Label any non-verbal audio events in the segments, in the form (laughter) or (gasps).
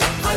High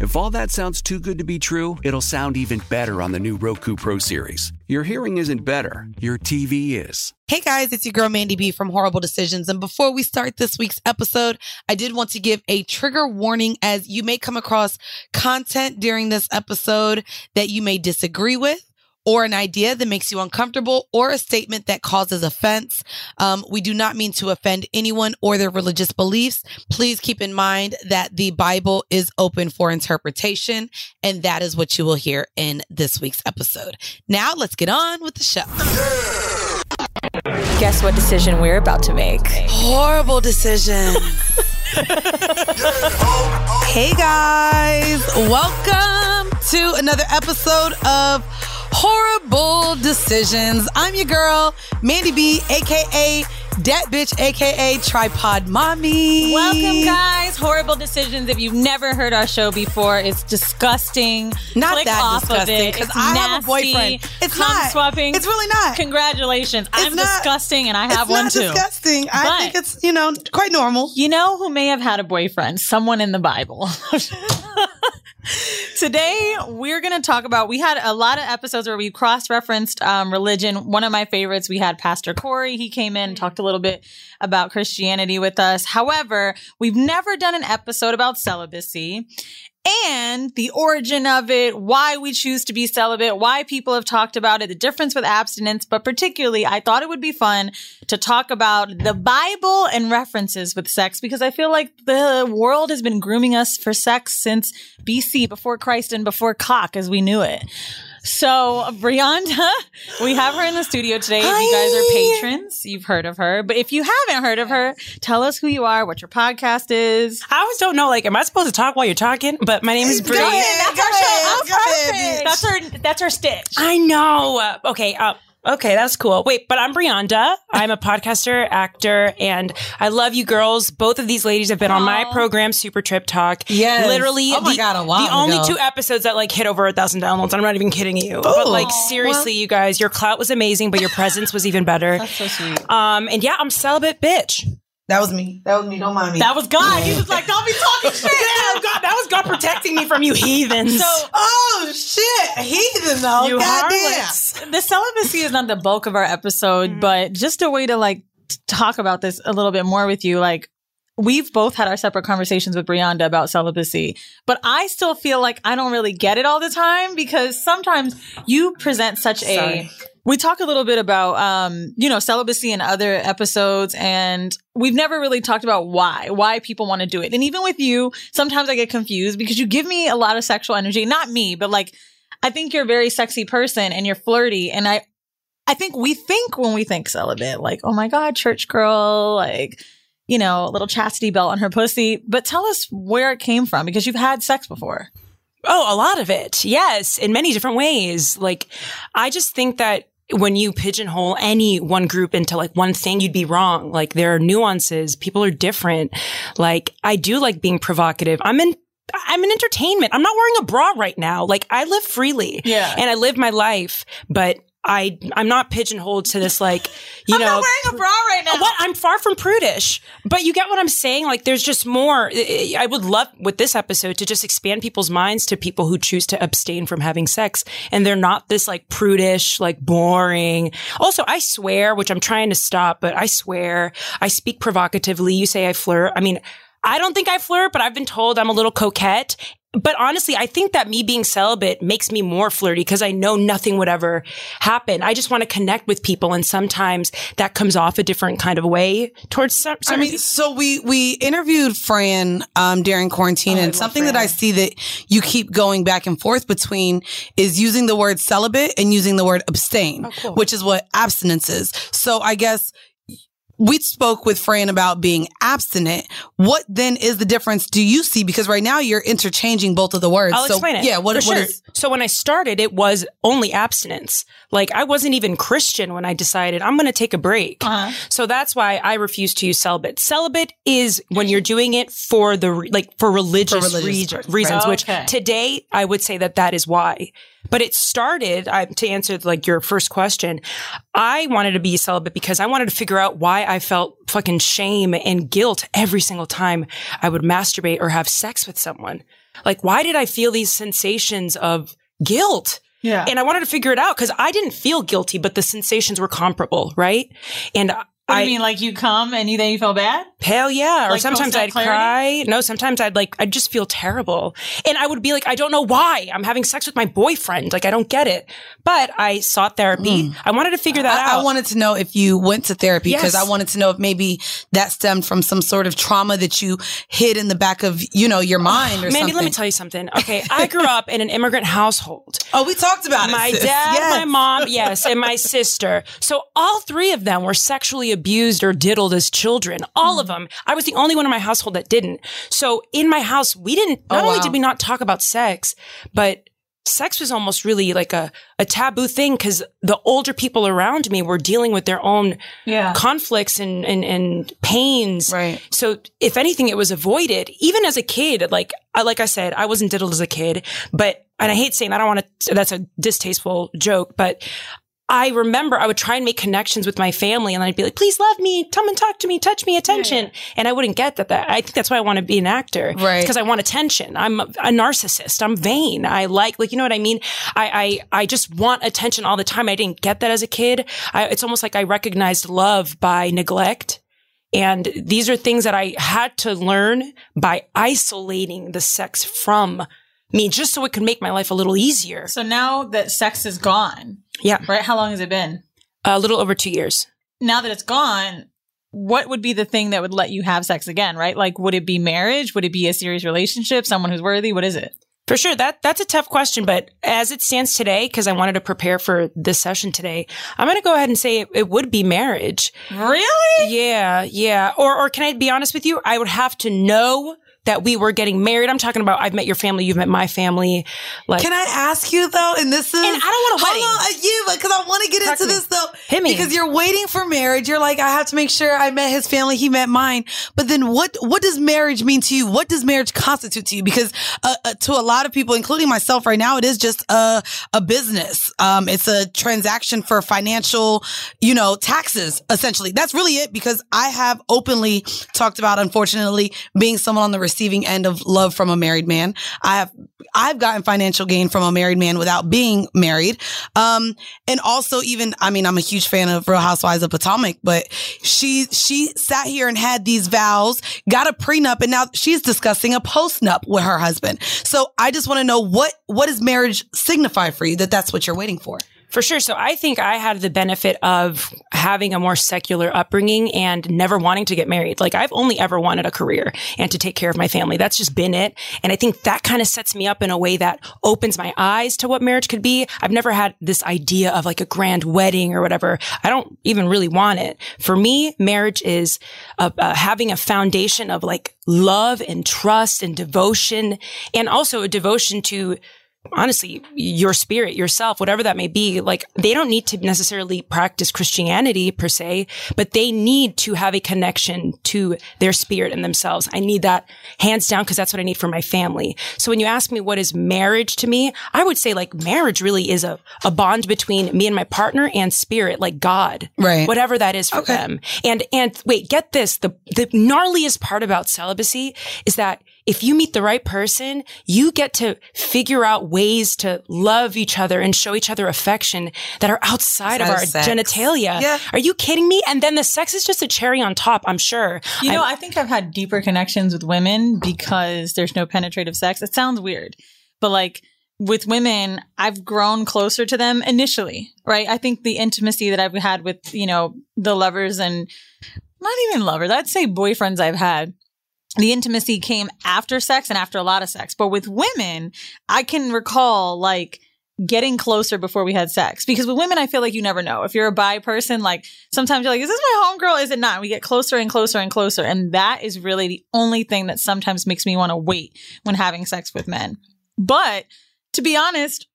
If all that sounds too good to be true, it'll sound even better on the new Roku Pro Series. Your hearing isn't better, your TV is. Hey guys, it's your girl Mandy B from Horrible Decisions. And before we start this week's episode, I did want to give a trigger warning as you may come across content during this episode that you may disagree with. Or an idea that makes you uncomfortable, or a statement that causes offense. Um, we do not mean to offend anyone or their religious beliefs. Please keep in mind that the Bible is open for interpretation, and that is what you will hear in this week's episode. Now, let's get on with the show. Guess what decision we're about to make? Horrible (laughs) decision. hey guys, welcome to another episode of Horrible Decisions. I'm your girl, Mandy B, aka Dat Bitch, aka Tripod Mommy. Welcome, guys. Horrible decisions. If you've never heard our show before, it's disgusting. Not Click that off disgusting, of it. 'cause It's I have a nasty. boyfriend. It's Cum not. swapping. It's really not. Congratulations. I'm not- disgusting, and I have it's one not too. disgusting. I But- think it's, you know, quite normal. You know who may have had a boyfriend? Someone in the Bible. (laughs) Today, we're going to talk about. We had a lot of episodes where we cross referenced um, religion. One of my favorites, we had Pastor Corey. He came in and talked a little bit about Christianity with us. However, we've never done an episode about celibacy and the origin of it, why we choose to be celibate, why people have talked about it, the difference with abstinence, but particularly I thought it would be fun to talk about the Bible and references with sex because I feel like the world has been grooming us for sex since BC, before Christ and before cock as we knew it. So, Brianda, (laughs) we have her in the studio today. If you guys Hi. are patrons, you've heard of her. But if you haven't heard of her, tell us who you are, what your podcast is. I always don't know. Like, am I supposed to talk while you're talking? But my name is Bree. Go ahead, That's go our ahead, show. go ahead, bitch. That's her. That's her stitch. I know. Uh, Okay. Uh, okay, that's cool. Wait, but I'm Brianda. I'm a podcaster, actor, and I love you girls. Both of these ladies have been on my program, Super Trip Talk. Yes. Literally. Oh my the, God, a while The only ago. two episodes that like hit over a thousand downloads. I'm not even kidding you. But like seriously, you guys, your clout was amazing, but your presence was even better. (laughs) That's so sweet. Um, and yeah, I'm celibate bitch. That was me. That was me. Don't mind me. That was God. He was like, "Don't be (laughs) talking shit." Oh God, that was God protecting me from you heathens. So Oh shit, heathen though. You Goddamn. harlots. the celibacy is not the bulk of our episode, but just a way to like t- talk about this a little bit more with you. Like we've both had our separate conversations with Brianda about celibacy, but I still feel like I don't really get it all the time because sometimes you present such a. Sorry. We talk a little bit about, um, you know, celibacy in other episodes, and we've never really talked about why, why people want to do it. And even with you, sometimes I get confused because you give me a lot of sexual energy. Not me, but like I think you're a very sexy person and you're flirty. And I, I think we think when we think celibate, like, oh my God, church girl, like, you know, a little chastity belt on her pussy. But tell us where it came from because you've had sex before. Oh, a lot of it. Yes, in many different ways. Like, I just think that when you pigeonhole any one group into like one thing, you'd be wrong. Like, there are nuances. People are different. Like, I do like being provocative. I'm in. I'm in entertainment. I'm not wearing a bra right now. Like I live freely. Yeah. And I live my life, but I I'm not pigeonholed to this like you I'm know not wearing a bra right now. What I'm far from prudish, but you get what I'm saying. Like there's just more. I I would love with this episode to just expand people's minds to people who choose to abstain from having sex, and they're not this like prudish, like boring. Also, I swear, which I'm trying to stop, but I swear I speak provocatively. You say I flirt. I mean. I don't think I flirt, but I've been told I'm a little coquette. But honestly, I think that me being celibate makes me more flirty because I know nothing would ever happen. I just want to connect with people, and sometimes that comes off a different kind of way towards some. I mean, so we we interviewed Fran um, during Oh, quarantine, and something that I see that you keep going back and forth between is using the word celibate and using the word Oh, abstain, which is what abstinence is. So I guess we spoke with Fran about being abstinent. What then is the difference? Do you see? Because right now you're interchanging both of the words. I'll so, explain it. Yeah. What? For what sure. is- so when I started, it was only abstinence. Like I wasn't even Christian when I decided I'm going to take a break. Uh-huh. So that's why I refuse to use celibate. Celibate is when you're doing it for the re- like for religious, religious reas- purpose, reasons. right. Which Okay. today I would say that that is why. But it started I, to answer like your first question. I wanted to be celibate because I wanted to figure out why I felt fucking shame and guilt every single time I would masturbate or have sex with someone. Like, why did I feel these sensations of guilt? Yeah. And I wanted to figure it out because I didn't feel guilty, but the sensations were comparable, right? And What do I you mean, like you come and you then you feel bad? Hell yeah. Or Like sometimes I'd post-nat clarity? cry. No, sometimes I'd like, I'd just feel terrible. And I would be like, I don't know why I'm having sex with my boyfriend. Like, I don't get it. But I sought therapy. I wanted to figure that Mm. I, out. I wanted to know if you went to therapy because I Yes. wanted to know if maybe that stemmed from some sort of trauma that you hid in the back of you know your mind or Mandy, something. let me tell you something. Okay. I grew up in an immigrant household. Oh, we talked about my it. sis. dad, Yes. (laughs) my mom, yes, and my sister. So all three of them were sexually abused or diddled as children. All Mm. of them. I was the only one in my household that didn't. So in my house, we didn't. Not Oh, only wow. did we not talk about sex, but sex was almost really like a a taboo thing because the older people around me were dealing with their own Yeah. conflicts and, and, and pains. Right. So if anything, it was avoided. Even as a kid, like, I, like I said, I wasn't diddled as a kid, but, and I hate saying, I don't want to, that's a distasteful joke, but I remember I would try and make connections with my family and I'd be like, please love me, come and talk to me, touch me, attention. And I wouldn't get that, that. I think that's why I want to be an actor. Right. Because I want attention. I'm a a narcissist. I'm vain. I like, like, you know what I mean? I, I, I just want attention all the time. I didn't get that as a kid. I, it's almost like I recognized love by neglect. And these are things that I had to learn by isolating the sex from me just so it could make my life a little easier. So now that sex is gone, Yeah. right? How long has it been? A little over two years. Now that it's gone, what would be the thing that would let you have sex again, right? Like, would it be marriage? Would it be a serious relationship? Someone who's worthy? What is it? For sure. That, that's a tough question. But as it stands today, cause I wanted to prepare for this session today, I'm going to go ahead and say it, it would be marriage. Really? Yeah, yeah. Or or can I be honest with you? I would have to know that we were getting married. I'm talking about I've met your family, you've met my family. Like Can I ask you though? And this is And I don't want a Hold wedding. on, uh, you because I want to get Talk into to me. this though. Hit me. because you're waiting for marriage. You're like, I have to make sure I met his family. He met mine. But then, what what does marriage mean to you? What does marriage constitute to you? Because uh, uh, to a lot of people, including myself, right now, it is just a a business. Um, it's a transaction for financial, you know, taxes. Essentially, that's really it. Because I have openly talked about, unfortunately, being someone on the receiving end of love from a married man. I have I've gotten financial gain from a married man without being married. Um, and also even, I mean, I'm a huge fan of Real Housewives of Potomac, but she, she sat here and had these vows, got a prenup, and now she's discussing a postnup with her husband. So I just want to know what, what does marriage signify for you that that's what you're waiting for? For sure. So I think I had the benefit of having a more secular upbringing and never wanting to get married. Like I've only ever wanted a career and to take care of my family. That's just been it. And I think that kind of sets me up in a way that opens my eyes to what marriage could be. I've never had this idea of like a grand wedding or whatever. I don't even really want it. For me, marriage is uh, uh, having a foundation of like love and trust and devotion and also a devotion to honestly your spirit yourself whatever that may be like they don't need to necessarily practice christianity per se but they need to have a connection to their spirit and themselves i need that hands down because that's what i need for my family so when you ask me what is marriage to me i would say like marriage really is a, a bond between me and my partner and spirit like god Right. whatever that is for them and and wait get this the the gnarliest part about celibacy is that if you meet the right person, you get to figure out ways to love each other and show each other affection that are outside of Outside of our sex. genitalia. Yeah. Are you kidding me? And then the sex is just a cherry on top, I'm sure. You know, I'm- I think I've had deeper connections with women because there's no penetrative sex. It sounds weird, but like with women, I've grown closer to them initially, right? I think the intimacy that I've had with, you know, the lovers and not even lovers, I'd say boyfriends I've had. The intimacy came after sex and after a lot of sex. But with women, I can recall like getting closer before we had sex because with women i feel like you never know if you're a bi person like sometimes you're like is this my homegirl is it not we get closer and closer and closer and that is really the only thing that sometimes makes me want to wait when having sex with men but to be honest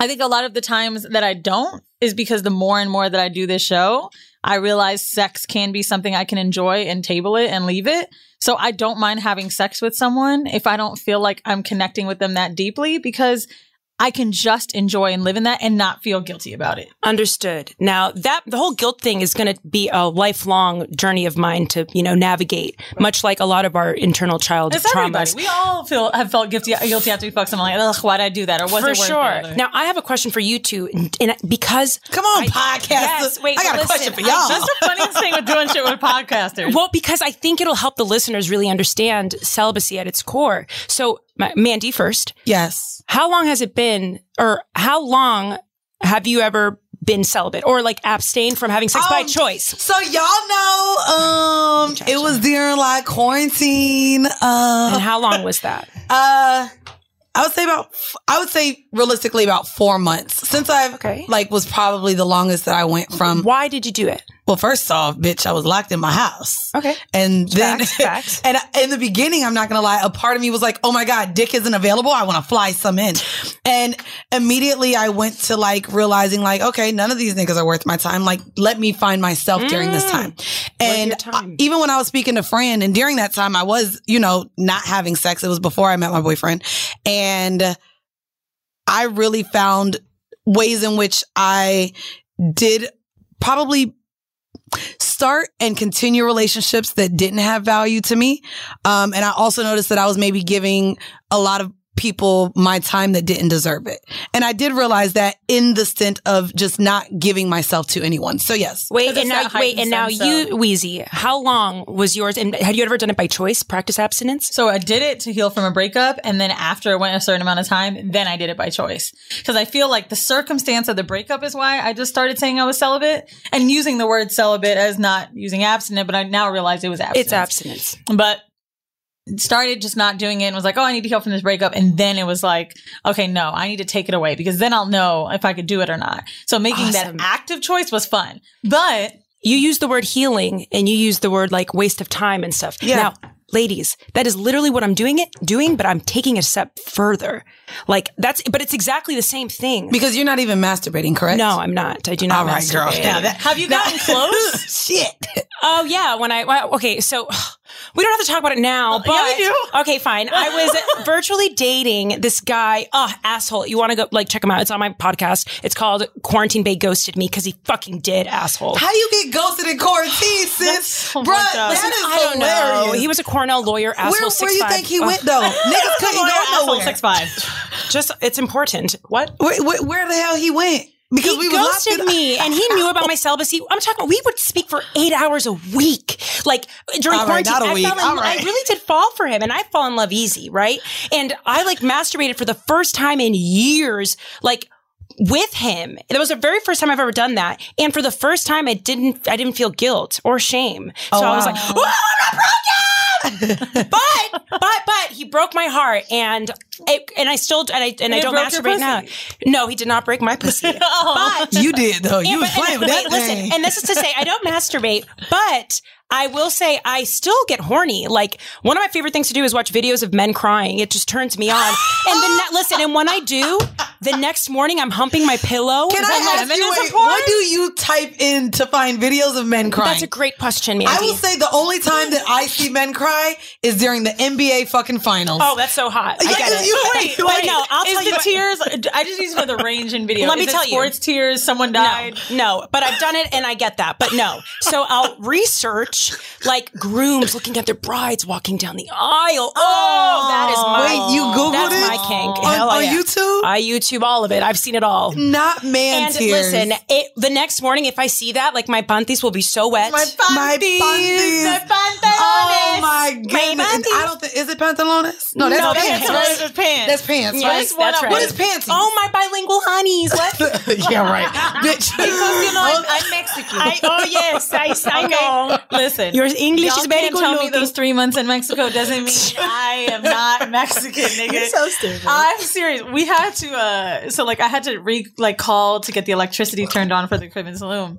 i think a lot of the times that i don't is because the more and more that i do this show i realize sex can be something i can enjoy and table it and leave it so i don't mind having sex with someone if i don't feel like i'm connecting with them that deeply because I can just enjoy and live in that and not feel guilty about it. Understood. Now that the whole guilt thing is going to be a lifelong journey of mine to, you know, navigate, much like a lot of our internal child It's everybody. traumas. We all feel have felt guilty guilty after we fuck someone like, ugh, why'd I do that? Or was for it worth sure. it? Or- Now I have a question for you two, and- and because come on, podcast. Yes, wait, I got a listen, question for y'all. I- That's the funniest thing with doing shit with podcasters. Well, because I think it'll help the listeners really understand celibacy at its core. So, Ma- Mandy, first, Yes. how long has it been, or how long have you ever been celibate or like abstained from having sex by Oh. Um, choice? So y'all know, um, it was during like quarantine. Uh, And how long was that? uh I would say about f- I would say realistically about four months since I've Okay. like was probably the longest that I went from. Why did you do it? Well, first off, bitch, I was locked in my house. Okay. And then, Facts, facts. (laughs) and I- in the beginning, I'm not gonna lie, a part of me was like, "Oh my god, dick isn't available. I want to fly some in." And immediately, I went to like realizing, like, okay, none of these niggas are worth my time. Like, let me find myself during this time. And Mm. your time. I- even when I was speaking to Fran, and during that time, I was, you know, not having sex. It was before I met my boyfriend, and I really found ways in which I did probably start and continue relationships that didn't have value to me. Um, and I also noticed that I was maybe giving a lot of people my time that didn't deserve it. And I did realize that in the stint of just not giving myself to anyone. So yes. Wait, and it's now, not wait, heightened and now sense you, Wheezy, how long was yours? And had you ever done it by choice, practice abstinence? So I did it to heal from a breakup. And then after it went a certain amount of time, then I did it by choice. Cause I feel like the circumstance of the breakup is why I just started saying I was celibate and using the word celibate as not using abstinent, but I now realize it was abstinent. It's abstinence. but started just not doing it and was like, oh, I need to heal from this breakup. And then it was like, okay, no, I need to take it away because then I'll know if I could do it or not. So making Awesome. that active choice was fun. But you use the word healing and you use the word like waste of time and stuff. Yeah. Now, ladies, that is literally what I'm doing it doing, but I'm taking it a step further. Like that's but it's exactly the same thing. Because you're not even masturbating, correct? no, I'm not. I do not. All right, girl. masturbate. Now that- have you gotten (laughs) close? Shit. (laughs) Oh yeah, when I well, okay, so (sighs) we don't have to talk about it now. But yeah, we do. Okay, fine. I was virtually dating this guy. Oh, asshole! You want to go like check him out? It's on my podcast. It's called Quarantine Bay Ghosted Me because he fucking did, asshole. How you get ghosted in (laughs) quarantine, sis? oh Bruh, my God. that Listen, is uh, I don't hilarious. know. He was a Cornell lawyer, asshole. where where six you five. think he went though? (laughs) Niggas couldn't Lawyer go asshole nowhere. six five. Just it's important. What? Where, where, where the hell he went? Because He we was locked ghosted in- me, and he knew about my celibacy. I'm talking. We would speak for eight hours a week, like during All right, quarantine. not a I, week. Fell in, All right. I really did fall for him, and I fall in love easy, right? And I like masturbated for the first time in years, like with him. That was the very first time I've ever done that, and for the first time, I didn't. I didn't feel guilt or shame. So I was like, "Oh, I'm not (laughs) broken." but but but he broke my heart, and it, and I still and I and I He don't broke your masturbate now. pussy. No, he did not break (laughs) my pussy. (laughs) But You did though. You and- was but- playing and- with that wait, listen, thing. and this is to say I don't masturbate, but I will say I still get horny. Like one of my favorite things to do is watch videos of men crying. It just turns me on. And then listen, and when I do, the next morning I'm humping my pillow. Can I like, ask you, wait, what do you type in to find videos of men crying? That's a great question, Mandy. I will say the only time that I see men cry is during the NBA fucking finals. Oh, that's so hot. I Yeah, get it. you- Wait, Wait, wait, no, I'll is tell the you what- tears. I just need to know the range in video. Let me Is it tell you. sports tears. Someone died. No, no, but I've done it and I get that. But no. So (laughs) I'll research like grooms looking at their brides walking down the aisle. Oh, that is my Wait, you Googled that's it? my kink. On- Hell on yeah. YouTube? I YouTube all of it. I've seen it all. Not man and tears. listen, it, the next morning if I see that, like my panties will be so wet. my panties, my The pantalones. Oh my goodness! And I don't think is it pantalones. No, that's No, that's pants. pants. right? That's pants. That's pants. Yes, right? that's What right. What is panties? Oh my bilingual honeys! What? (laughs) yeah, right, bitch. Because you know Oh, I'm, I'm Mexican. I, oh yes, I, I know. Listen, Your English y'all is very can't good tell me looking. those three months in Mexico doesn't (laughs) mean I am not Mexican, nigga. You're so stupid. I'm serious. We had to, uh so like I had to re like call to get the electricity turned on for the crib and saloon.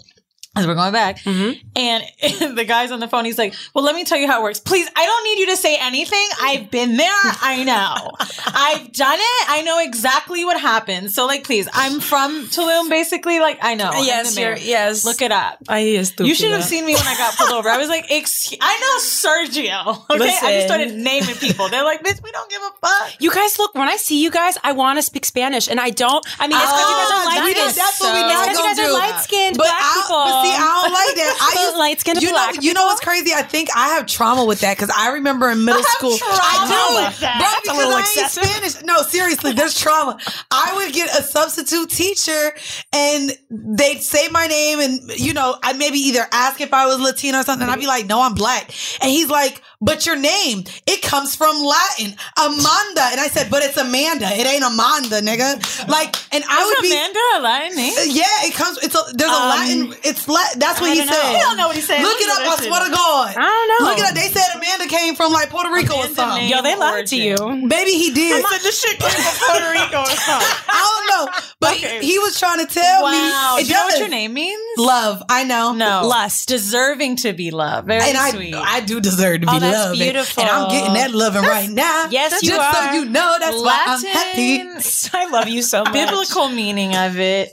As we're going back, Mm-hmm. and, (laughs) the guy's on the phone. He's like, "Well, let me tell you how it works. Please, I don't need you to say anything. I've been there. I (laughs) know. I've done it. I know exactly what happened. So, like, please, I'm from Tulum, basically. Like, I know. I'm Yes, the mayor. you're- yes. Look it up. I is You should have seen me when I got pulled over. I was like, excuse, I know Sergio. Okay. I Listen. just started naming people. They're like, bitch, we don't give a fuck. You guys, look, when I see you guys, I want to speak Spanish, and I don't. I mean, it's because Oh, you guys are that light we is didn't- skinned. that's what we so- not Because you gonna guys are do. light-skinned But black I- But people. see, I don't like (laughs) that. I used, Light-skinned you know, black You know what's crazy? I think I have trauma with that because I remember in middle have school. trauma I with do, that. bro, That's a because little I ain't excessive. Spanish. No, seriously, there's trauma. I would get a substitute teacher, and they'd say my name, and you know, I maybe either ask if I was Latina or something. and I'd be like, "No, I'm black," and he's like. But your name, it comes from Latin, Amanda, and I said, "But it's Amanda. It ain't Amanda, nigga." Like, and I would be Amanda a Latin name? yeah, it comes. It's a, there's a Um, Latin. It's Latin. That's what he don't said. know. I don't know what he said. Look it Look up. at I that swear to God. I don't know. Look it up. They said Amanda came from like Puerto Rico or Amanda something. name. Yo, they lied to you. Maybe he did. I said this (laughs) shit came from Puerto Rico or something. I don't know, but Okay. he was trying to tell Wow. me. Do It you know what does. your name means? Love. I know. No. Lust. Deserving to be loved. Very And I, sweet. I do deserve to be Oh, that's loved, and- beautiful. and I'm getting that loving right now. yes, just you so are. you know, that's why I'm happy. Latin, (laughs) I love you so much. biblical meaning of it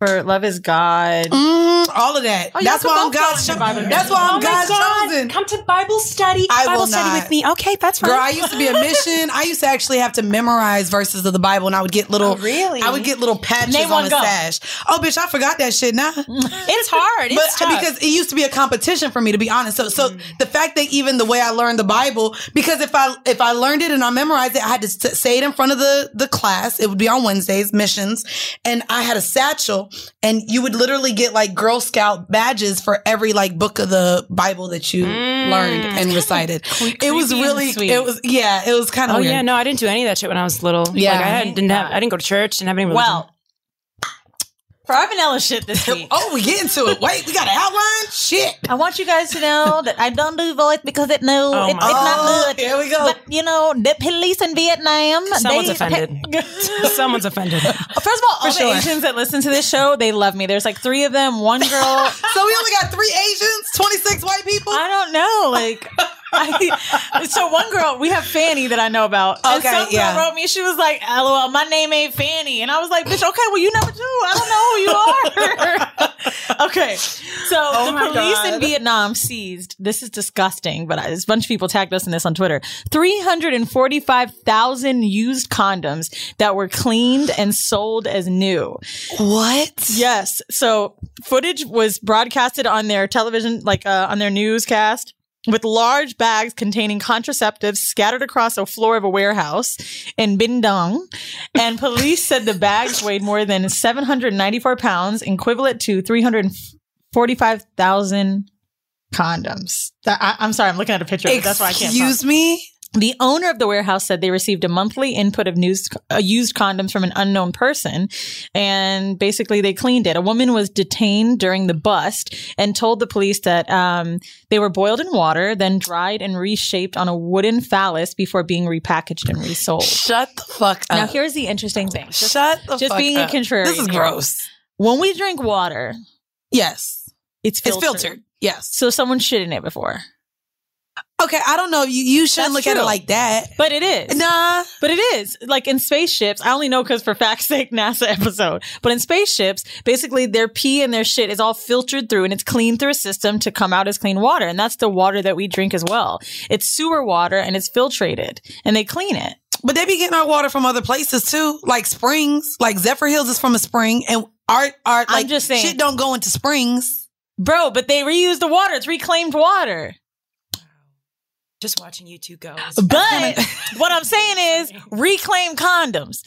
for love is God. Mm, all of that. Oh, y'all that's can why I'm both go God's. in the cho- Bible. That's why I'm Oh my God's God. chosen. Come to Bible study. I Bible will study not. with me. Okay, that's fine. Girl, I used to be a mission. I used to actually have to memorize verses of the Bible, and I would get little. Oh, really? I would get little patches Name on one, a go. sash. Oh, bitch, I forgot that shit now. (laughs) (laughs) it's hard. But It's tough. because it used to be a competition for me, to be honest. So, Mm. so the fact that even the way I learned the Bible, because if I if I learned it and I memorized it, I had to s- say it in front of the the class. It would be on Wednesdays missions, and I had a satchel, and you would literally get like Girl Scout badges for every like book of the Bible that you learned and recited. It was Mm. creepy and really sweet. it was yeah it was kind of oh weird. yeah, no, I didn't do any of that shit when I was little. Yeah. like, I had, didn't have. I didn't go to church. Didn't have any. Religion. Well, Farvanella shit this (laughs) week. Oh, we get into it. Wait, we got an outline. Shit. I want you guys to know that I don't do voice because it no, Oh it, it's my Oh, not good. Here we go. But you know, the police in Vietnam. someone's they- offended. (laughs) someone's (laughs) offended. First of all, all sure. the Asians that listen to this show, they love me. There's like three of them. One (laughs) girl, so we only got three Asians, twenty six white people. I don't know. Like, I, so one girl, we have Fanny that I know about. and Okay, some girl yeah. wrote me. She was like, "LOL, my name ain't Fanny," and I was like, "Bitch, okay, well you never do. I don't know who you are." (laughs) okay, so the my police in God. Vietnam seized. This is disgusting, but I, there's a bunch of people tagged us in this on Twitter. Three hundred and forty-five thousand used condoms that were cleaned and sold as new. What? Yes. So footage was broadcasted on their television, like uh, on their newscast, with large bags containing contraceptives scattered across a floor of a warehouse in Bindong. And police said the bags weighed more than 794 pounds, equivalent to 345,000 condoms. That, I, I'm sorry, I'm looking at a picture. of it. That's why I can't. find- Excuse me. the owner of the warehouse said they received a monthly input of news, uh, used condoms from an unknown person, and basically they cleaned it. A woman was detained during the bust and told the police that um, they were boiled in water, then dried and reshaped on a wooden phallus before being repackaged and Oh. resold. Shut the fuck Uh, Now, here's the interesting thing: Just- Shut the just fuck being a up. contrarian This is here. gross. when we drink water, Yes. it's filtered. It's filtered. Yes. So someone shit in it before. Okay, I don't know. You you shouldn't That's look at it true. like that. But it is. Nah. But it is. Like in spaceships, I only know because for fact's sake, NASA (laughs) episode. But in spaceships, basically their pee and their shit is all filtered through and it's cleaned through a system to come out as clean water. And that's the water that we drink as well. It's sewer water and it's filtrated and they clean it. But they be getting our water from other places too, like springs. Like Zephyr Hills is from a spring, and art art I'm like just saying. shit don't go into springs. Bro, but they reuse the water. It's reclaimed water. Just watching you two go. is- But (laughs) what I'm saying (laughs) is reclaim condoms.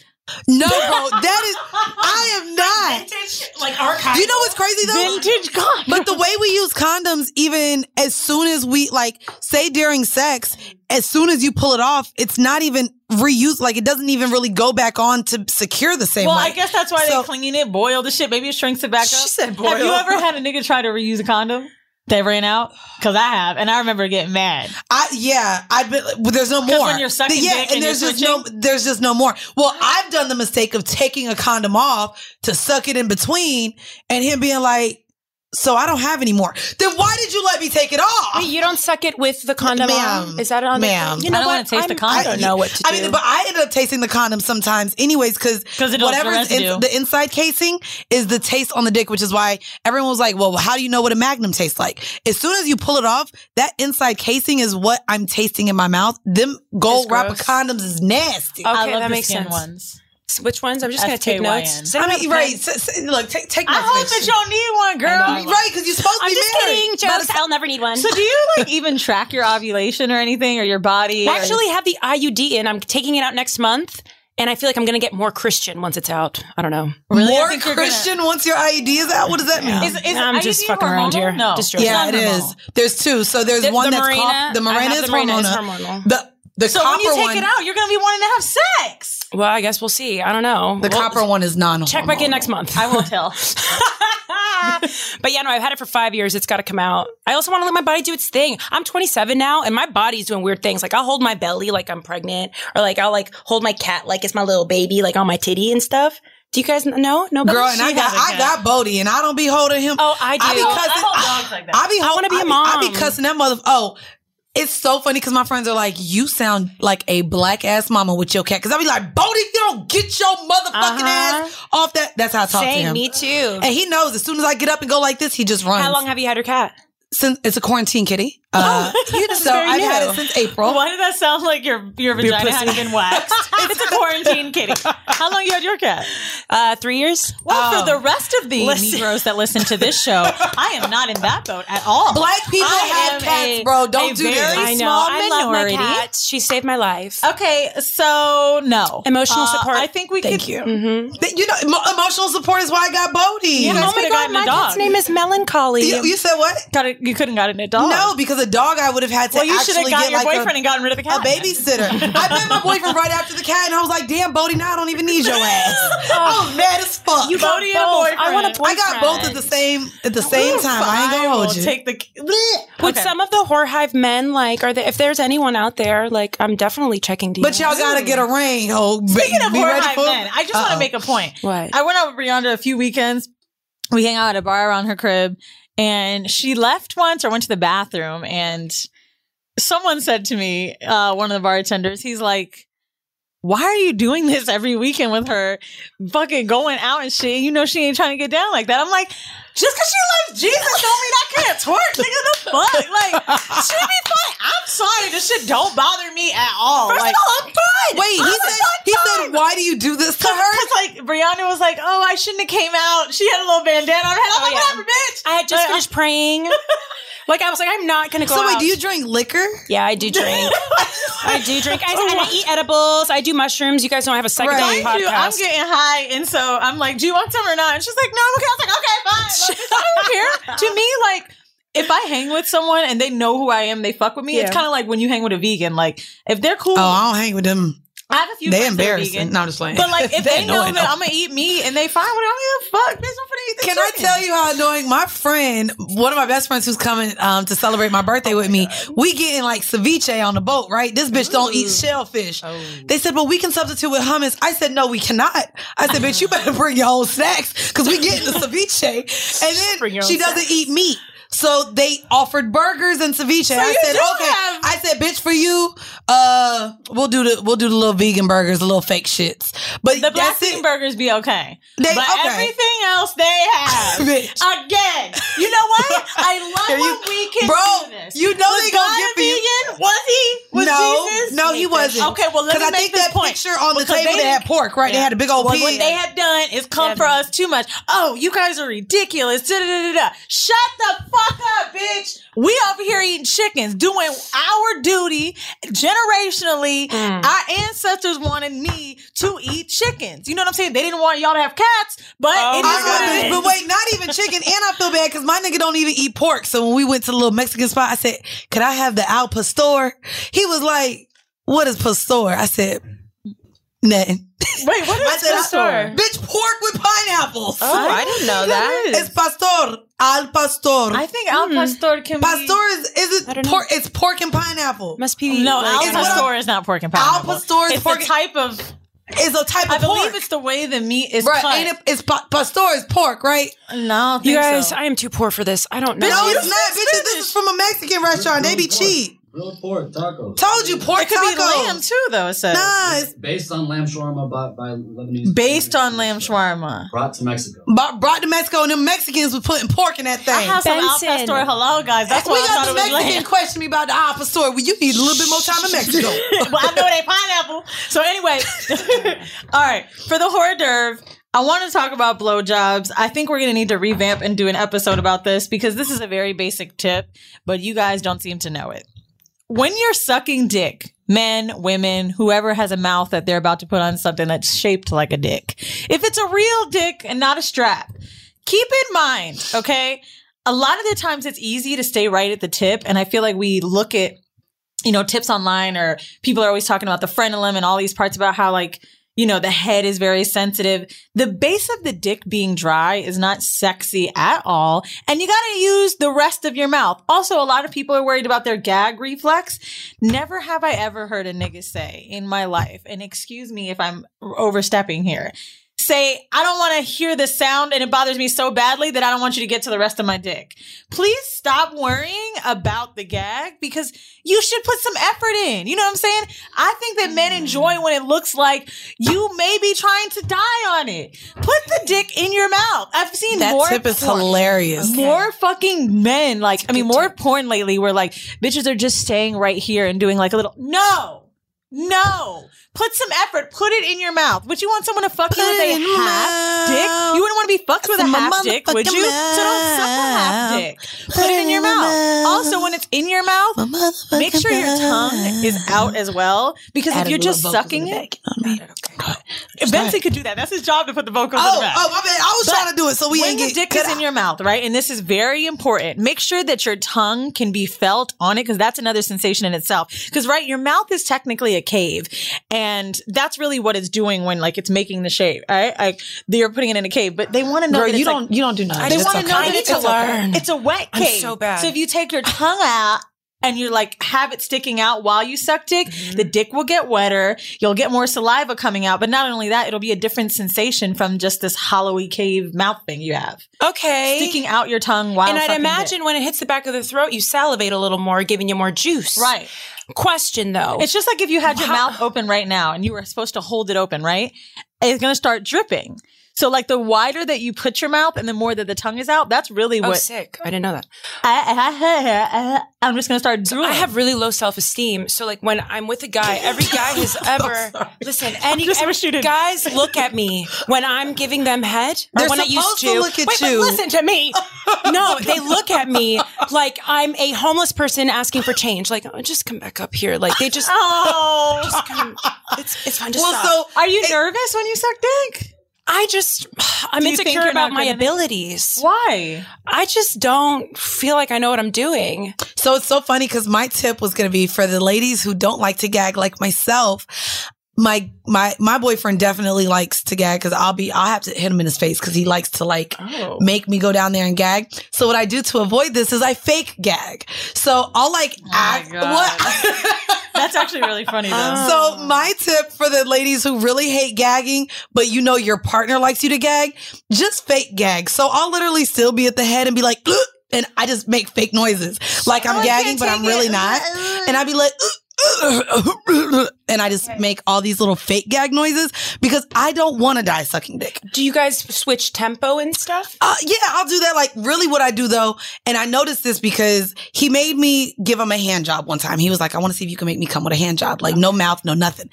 No, bro, that is I am not. like archive. You know what's crazy though? Vintage condoms. But the way we use condoms, even as soon as we like say during sex, as soon as you pull it off, it's not even reused. Like it doesn't even really go back on to secure the same Well, way. I guess that's why So- they clean it, boil the shit. Maybe it shrinks it back up. She said Have you boil. ever had a nigga try to reuse a condom that ran out? Because I have, and I remember getting mad. I yeah, I've been. Well, there's no more. when you're sucking yeah, dick and there's you're just no, there's just no more. Well, I've done the mistake of taking a condom off to suck it in between, and him being like, "So I don't have any more." Then why did you let me take it off? You don't suck it with the condom Ma'am. on. Is that on? Ma'am. The, you know I don't what? wanna taste the I'm- condom. I don't know what to do. I mean, but I ended up tasting the condom sometimes, anyways, because 'Cause it don't- the whatever is residue. in, the inside casing is the taste on the dick, which is why everyone was like, "Well, how do you know what a Magnum tastes like?" As soon as you pull it off, that inside casing is what I'm tasting in my mouth. Them gold wrapper gross. condoms is nasty. I okay, love that the makes skin sense. ones. Which ones? I'm just going to take SKYN. notes. Does I anyone mean, have right? pens? s- s- look, take take. I notes, hope bitch. that y'all need one, girl. I know, right? Because you're supposed I'm to be just married. kidding, jokes. I'll never need one. So do you (laughs) like even track your ovulation or anything, or your body? or- I actually have the IUD in. I'm taking it out next month, and I feel like I'm going to get more Christian once it's out. I don't know. Really? I More think you're gonna- Christian once your IED is out. What does that mean? Is- is Nah, I'm IUD just fucking around hormonal? here. No, Just joking. it's yeah, not it is. hormonal. There's two. So there's The- one the that's Mirena- called the I Mirena have is the Mirena, it's hormonal. hormonal. The the So copper when you take one, it out, you're gonna be wanting to have sex. Well, I guess we'll see. I don't know. the Well, copper one is non. Check back in next month. I won't (laughs) tell. (laughs) but yeah, no, I've had it for five years. It's got to come out. I also want to let my body do its thing. I'm 27 now, and my body's doing weird things. Like I'll hold my belly like I'm pregnant, or like I'll like hold my cat like it's my little baby, like on my titty and stuff. Do you guys n- know? No, Girl, and I got has a I got Bodie, and I don't be holding him. Oh, I do. I be Oh, I cussing. hold I, dogs like that. I be. I wanna be a I be, I mom. be cussing that mother. Oh, it's so funny because my friends are like, "You sound like a black ass mama with your cat." Because I be like, Bodie, you don't get your motherfucking Uh-huh. ass off that. That's how I talk to Same, him. me too. And he knows as soon as I get up and go like this, he just runs. How long have you had your (laughs) cat? Since it's a quarantine kitty. Oh. (laughs) Uh, so very I've had new. it since April. Why did that sound like your your vagina pussy. hadn't been waxed? (laughs) it's a quarantine kitty. How long you had your cat? Uh, three years. Well, Oh. for the rest of the Listen. Negroes that listen to this (laughs) show, I am not in that boat at all. Black people I Oh, have am cats, a- bro. a Don't do this. very I know. small I love my minority. cat. She saved my life. Okay, so no Uh, Emotional support. I think we Thank could. you. Th- You know, emo- emotional support is why I got Bodie. Yeah. Oh could my god, have gotten a my dog. cat's name is Melancholy. You, you said what? Got it, you couldn't gotten a dog. No, because a dog I would have had to Well, you should have actually got get your like boyfriend a, and gotten rid of the a cat. (laughs) babysitter. I met my boyfriend right after the cat, and I was like, "Damn, Bodie, now I don't even need your ass." oh, mad as fuck. You got Bodie, both. I want a I got both at the same at the same time. I ain't gonna will hold you. Take the. Would Okay. some of the whore hive men like? Are there, if there's anyone out there, like I'm definitely checking DMs. but y'all gotta get a ring. Oh, Speaking of be horror ready hive for it. men, I just want to Uh-oh. make a point. What? I went out with Brianda a few weekends. We hang out at a bar around her crib, and she left once or went to the bathroom, and someone said to me, uh, one of the bartenders, he's like. Why are you doing this every weekend with her fucking going out and shit? You know she ain't trying to get down like that. I'm like, just because she loves Jesus don't mean I can't twerk, nigga. The fuck? Like, she be (laughs) fine. I'm sorry. This shit don't bother me at all. First like, of all, I'm fine. Wait, he I'm said, he said, why do you do this to her? because like Brianna was like, "Oh, I shouldn't have came out." She had a little bandana on her head. I'm Oh, like, yeah. "Whatever, bitch." I had just finished (laughs) praying. Like I was like, I'm not gonna go. So wait, out. do you drink liquor? Yeah, I (laughs) do drink. I do drink. I, and I eat edibles. I do mushrooms. You guys know I have a psychedelic Oh, Right. Mind you, I'm podcast. getting high, and so I'm like, "Do you want some or not?" And she's like, "No, I'm okay." I was like, "Okay, fine." Like, I don't care. to me, like. If I hang with someone and they know who I am, they fuck with me. It's Yeah. kind of like when you hang with a vegan. Like if they're cool, Oh, I don't hang with them. I have a few. They friends that are embarrassing. vegan. No, I'm just playing. But like if they know annoying, that I'm gonna eat meat and they fine with it, I'm gonna fuck. Bitch, I'm gonna eat (laughs) this. Can I chicken. tell you how annoying my friend, one of my best friends who's coming um, to celebrate my birthday with me, we getting like ceviche on the boat, right? This bitch don't eat shellfish. They said, well, we can substitute with hummus. I said, no, we cannot. I said, bitch, you better bring your own snacks because we getting the ceviche. And then Bring your own she doesn't snacks. eat meat. So they offered burgers and ceviche. So I you said, do okay. I said, bitch, for you, uh, we'll do the we'll do the little vegan burgers, the little fake shits. But the black bean burgers be okay. They, but okay. everything else they have (laughs) Bitch. again. You know what? (laughs) I love Here you- when we can Bro, do this. you know was they gonna God get a for you. vegan? Was he? Was no, Jesus? no, he Jesus. wasn't. Okay, well, let me I make think this that point. picture on the Because table they, had pork, right? They had Yeah. a big old Well, pig. What they have done is come for us too much. Oh, you guys are ridiculous. Da, da, da, da, da. Shut the fuck up, bitch. We over here eating chickens, doing our duty generationally. Mm. Our ancestors wanted me to eat chickens. You know what I'm saying? They didn't want y'all to have cats, but it is what it is. But wait, not even chicken. And I feel bad because my nigga don't even eat pork. So when we went to the little Mexican spot, I said, "Could I have the al pastor?" He was like, "What is pastor?" I said, "Nothing." Wait, what is I said, pastor? Bitch, pork with pineapples. Oh, I didn't know that. It's Hmm. pastor. Al pastor. I think Hmm. al pastor can pastor is is it pork? It's pork and pineapple. Must be No, like- al It's what I'm- pastor is not pork and pineapple. Al pastor is It's a pork. type of. It's a type I of pork. believe it's the way the meat is Right, cut. ain't it- it's pa- pastor is pork, right? No, You guys, I am too poor for this. I don't know. no, it's not, bitch. This is from a Mexican restaurant. They be cheap. Grilled pork tacos. Told you, pork It could be tacos. lamb too, though. It says Nah, it's Based on lamb shawarma bought by Lebanese. based on lamb shawarma. Brought to Mexico. brought, brought to Mexico, and them Mexicans was putting pork in that thing. I have some al Benson. pastor halal, guys. That's we why I got thought the it was Mexican lamb. question me about the al pastor. Well, you need a little bit more time in (laughs) Mexico. well, I know they pineapple. So anyway, (laughs) all right. For the hors d'oeuvre, I want to talk about blowjobs. I think we're going to need to revamp and do an episode about this because this is a very basic tip, but you guys don't seem to know it. When you're sucking dick, men, women, whoever has a mouth that they're about to put on something that's shaped like a dick, if it's a real dick and not a strap, keep in mind, okay? A lot of the times it's easy to stay right at the tip. And I feel like we look at you know, tips online or people are always talking about the frenulum and all these parts about how like, you know, the head is very sensitive. The base of the dick being dry is not sexy at all. And you gotta use the rest of your mouth. Also, a lot of people are worried about their gag reflex. Never have I ever heard a nigga say in my life, and excuse me if I'm overstepping here, say, I don't want to hear the sound and it bothers me so badly that I don't want you to get to the rest of my dick. Please stop worrying about the gag because you should put some effort in. You know what I'm saying? I think that Mm. men enjoy when it looks like you may be trying to die on it. Put the dick in your mouth. I've (laughs) seen That more tip is porn- hilarious. More fucking men, like, I mean, more porn lately where like bitches are just staying right here and doing like a little, no. No. Put some effort. Put it in your mouth. Would you want someone to fuck you with a half dick? You wouldn't want to be fucked with a That's my half dick, would you? motherfucking So don't suck a half mouth. dick. Put it in your mouth. Also, when it's in your mouth, make sure your tongue is out as well. Because Add if a you're little just vocals sucking it, Go Benson could do that. That's his job to put the vocals in Oh, the back. oh, my bad. I was trying to do it, so we when ain't the get dick cut is in your mouth, right? And this is very important. Make sure that your tongue can be felt on it because that's another sensation in itself. Because right, your mouth is technically a cave, and that's really what it's doing when like it's making the shape. Right, like you're putting it in a cave, but they want to know. Girl, that it's, you like- don't- you don't do nothing. They It's want to okay. know I that need it's to a- learn. It's a wet I'm cave. so bad. So if you take your tongue out. And you're like, have it sticking out while you suck dick, Mm-hmm. the dick will get wetter. You'll get more saliva coming out. But not only that, it'll be a different sensation from just this hollowy cave mouth thing you have. Okay. Sticking out your tongue while and I'd sucking imagine when it hits the back of the throat, you salivate a little more, giving you more juice. Right. Question though, dick. It's just like if you had your mouth open right now and you were supposed to hold it open, right? It's going to start dripping. So like the wider that you put your mouth and the more that the tongue is out, that's really oh, what (laughs) sick. I didn't know that. I, am just gonna start. I have really low self esteem, so like when I'm with a guy, every guy who's ever listen, any every, guys look at me when I'm giving them head or They're when I used supposed to. to look at Wait, but you. listen to (laughs) me. No, they look at me like I'm a homeless person asking for change. Like, oh, just come back up here. Like they just oh, just come. It's it's fine. Just Well, stop. so are you nervous when you suck dick? I just I'm Do you think insecure you're not about my good enough? abilities. Why? I just don't feel like I know what I'm doing. So it's so funny because my tip was going to be for the ladies who don't like to gag like myself. My my my boyfriend definitely likes to gag because I'll be I'll have to hit him in his face because he likes to like Oh. make me go down there and gag. So what I do to avoid this is I fake gag. So I'll like act what (laughs) (laughs) That's actually really funny though. so my tip for the ladies who really hate gagging, but you know your partner likes you to gag, just fake gag. So I'll literally still be at the head and be like, "Ugh," and I just make fake noises like I'm Oh, I gagging, can't but I'm take it. really not. And I'd be like, and I just make all these little fake gag noises because I don't want to die sucking dick. Do you guys switch tempo and stuff? Uh, yeah, I'll do that. Like, really, what I do though, and I noticed this because he made me give him a hand job one time. He was like, "I want to see if you can make me come with a hand job, like no mouth, no nothing."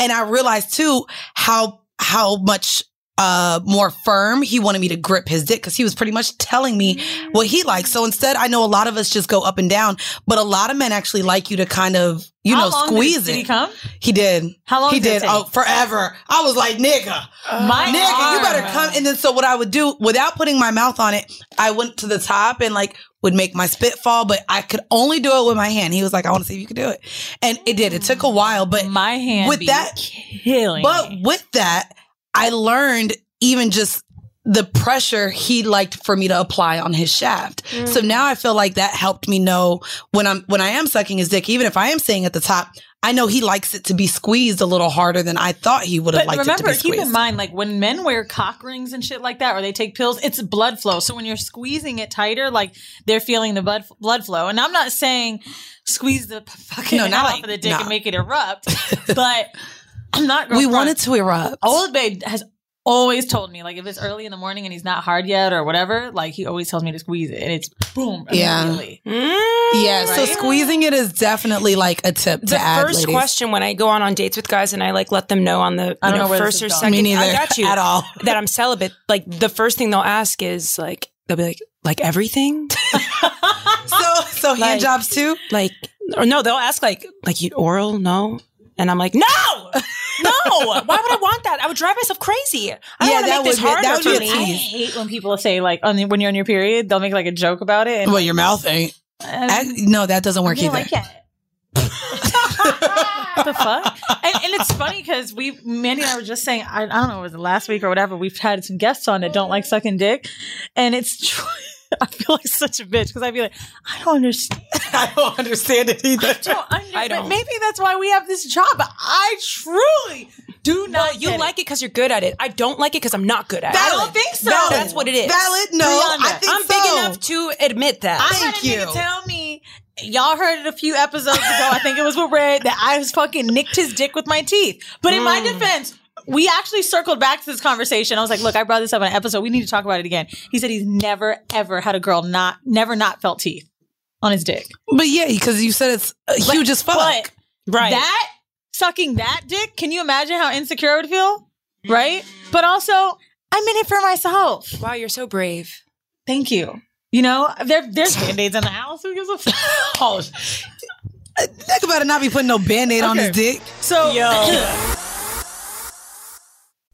And I realized too how how much uh more firm he wanted me to grip his dick because he was pretty much telling me what he likes. So instead, I know a lot of us just go up and down, but a lot of men actually like you to kind of (laughs) you How know long did- squeeze did it. he come? He did. How long He did it did. take? Oh, forever. I was like, nigga, My nigga, you arm. better come. And then so what I would do without putting my mouth on it, I went to the top and like would make my spit fall, but I could only do it with my hand. He was like, I want to see if you could do it. And it did. It took a while, but my hand with be that killing But with that, I learned even just the pressure he liked for me to apply on his shaft. Mm. So now I feel like that helped me know when I'm when I am sucking his dick, even if I am staying at the top, I know he likes it to be squeezed a little harder than I thought he would have But liked it to remember, be keep squeezed. in mind, like when men wear cock rings and shit like that, or they take pills, it's blood flow. So when you're squeezing it tighter, like they're feeling the blood blood flow. And I'm not saying squeeze the p- fucking No, head not off like- of the dick no. and make (laughs) it erupt, but I'm not. we gonna front. wanted to erupt. Old Bay has always told me, like, if it's early in the morning and he's not hard yet or whatever, like, he always tells me to squeeze it. And it's boom, Yeah. immediately. Yeah, so Mm, Right? squeezing it is definitely like a tip The to add. first ladies. question when I go on on dates with guys and I like let them know on the you I don't know know, where first this or is second going. Me neither, I got you at all. (laughs) that I'm celibate. Like the first thing they'll ask is like they'll be like like everything. so so hand jobs too. Like or no, they'll ask like like you oral no. And I'm like, no, no. Why would I want that? I would drive myself crazy. I don't Yeah, want to that make this would be- harder that would for be a me. tease. hate when people say like on the, when you're on your period, they'll make like a joke about it. And, Well, your mouth ain't. Ac- no, that doesn't work I don't either. like what the fuck? And, and it's funny because we, Mandy and I were just saying, I, I don't know, it was last week or whatever. We've had some guests on that don't like sucking dick, and it's (laughs) true. I feel like such a bitch because I'd be like, I don't understand. I don't understand it either. I don't understand. Maybe that's why we have this job. But I truly do not. you like it because you're good at it. I don't like it because I'm not good at it. Valid. Valid. That's what it is. Valid? No, I think am so. big enough to admit that. I had a nigga Tell me, y'all heard it a few episodes ago. I think it was with Red that I was fucking nicked his dick with my teeth. But in my defense. We actually circled back to this conversation. I was like, "Look, I brought this up on an episode. We need to talk about it again." He said he's never ever had a girl not never not felt teeth on his dick. But yeah, because you said it's uh, But- huge as fuck. but Right. That sucking that dick. Can you imagine how insecure I would feel? Right. But also, I'm in it for myself. Wow, you're so brave. Thank you. You know, there, there's band aids in the house. Who gives a (laughs) fuck? oh, Think about it, not be putting no band aid on his dick. So,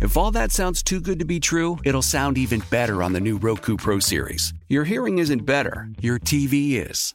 If all that sounds too good to be true, it'll sound even better on the new Roku Pro Series. Your hearing isn't better, your TV is.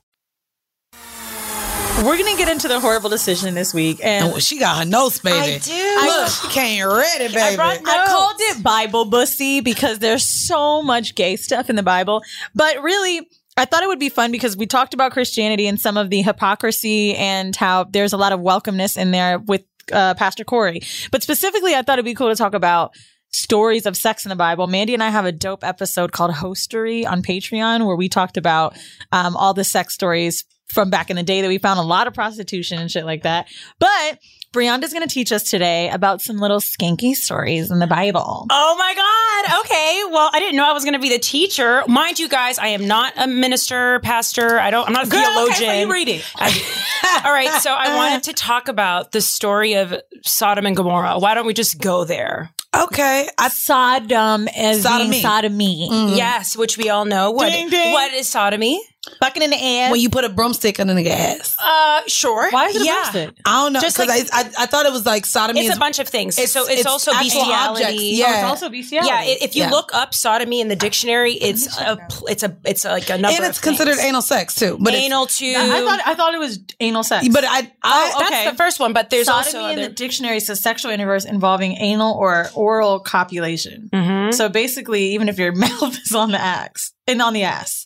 We're gonna get into the horrible decision this week, and Oh, she got her notes, baby. I do. Look, she came ready, baby. I, brought- I called it Bible bussy because there's so much gay stuff in the Bible, but really. I thought it would be fun because we talked about Christianity and some of the hypocrisy and how there's a lot of welcomeness in there with uh, Pastor Corey. But specifically, I thought it'd be cool to talk about stories of sex in the Bible. Mandy and I have a dope episode called Hostery on Patreon where we talked about um, all the sex stories from back in the day that we found a lot of prostitution and shit like that. But Brianda's going to teach us today about some little skanky stories in the Bible. Oh my God. Okay. Well, I didn't know I was going to be the teacher. Mind you guys, I am not a minister, pastor. I don't, I'm not a Girl, okay, theologian. so you read it. Oh. I- all right. So (laughs) I wanted to talk about the story of Sodom and Gomorrah. Why don't we just go there? Okay. I, Sodom as Sodomy. being sodomy. Yes, which we all know. What, Ding, ding. what is sodomy? Bucking in the ass. When you put a broomstick on a nigga ass. Uh, sure. Why is it a yeah. broomstick? I don't know. Just Just like- I, I, I thought it was like sodomy. It's is- a bunch of things. it's- so it's, it's also actual bestiality. objects. Yeah. Oh, it's also bestiality. Yeah. i- If you Yeah. look up sodomy in the dictionary, it's a pl- it's a it's like a number. and it's of things. considered anal sex too. But it's- anal too. I thought I thought it was anal sex. but I, I oh, okay. that's the first one, but there's Sodomy also in other. the dictionary says sexual intercourse involving anal or oral copulation. Mhm. So basically, even if your (laughs) mouth is on the axe and on the ass,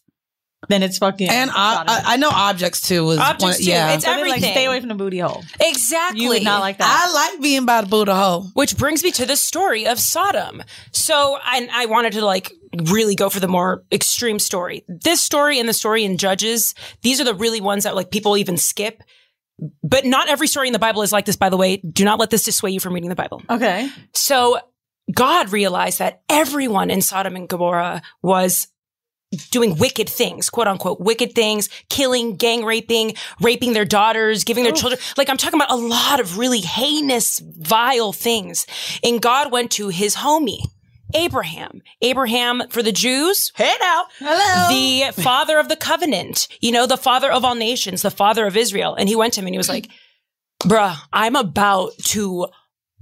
then it's fucking. and I, I, I know objects too was Objects one, too. yeah. It's So they're like, everything. stay away from the booty hole. Exactly. You would not like that. I like being by the Buddha hole. Which brings me to the story of Sodom. So, and I wanted to like really go for the more extreme story. This story and the story in Judges, these are the really ones that like people even skip. But not every story in the Bible is like this, by the way. Do not let this dissuade you from reading the Bible. okay. So God realized that everyone in Sodom and Gomorrah was doing wicked things, quote unquote, wicked things, killing, gang raping, raping their daughters, giving their children. Like I'm talking about a lot of really heinous, vile things. And God went to his homie, Abraham. Abraham for the Jews. Hey now. (laughs) Hello. The father of the covenant, you know, the father of all nations, the father of Israel. And he went to him and he was like, bruh, I'm about to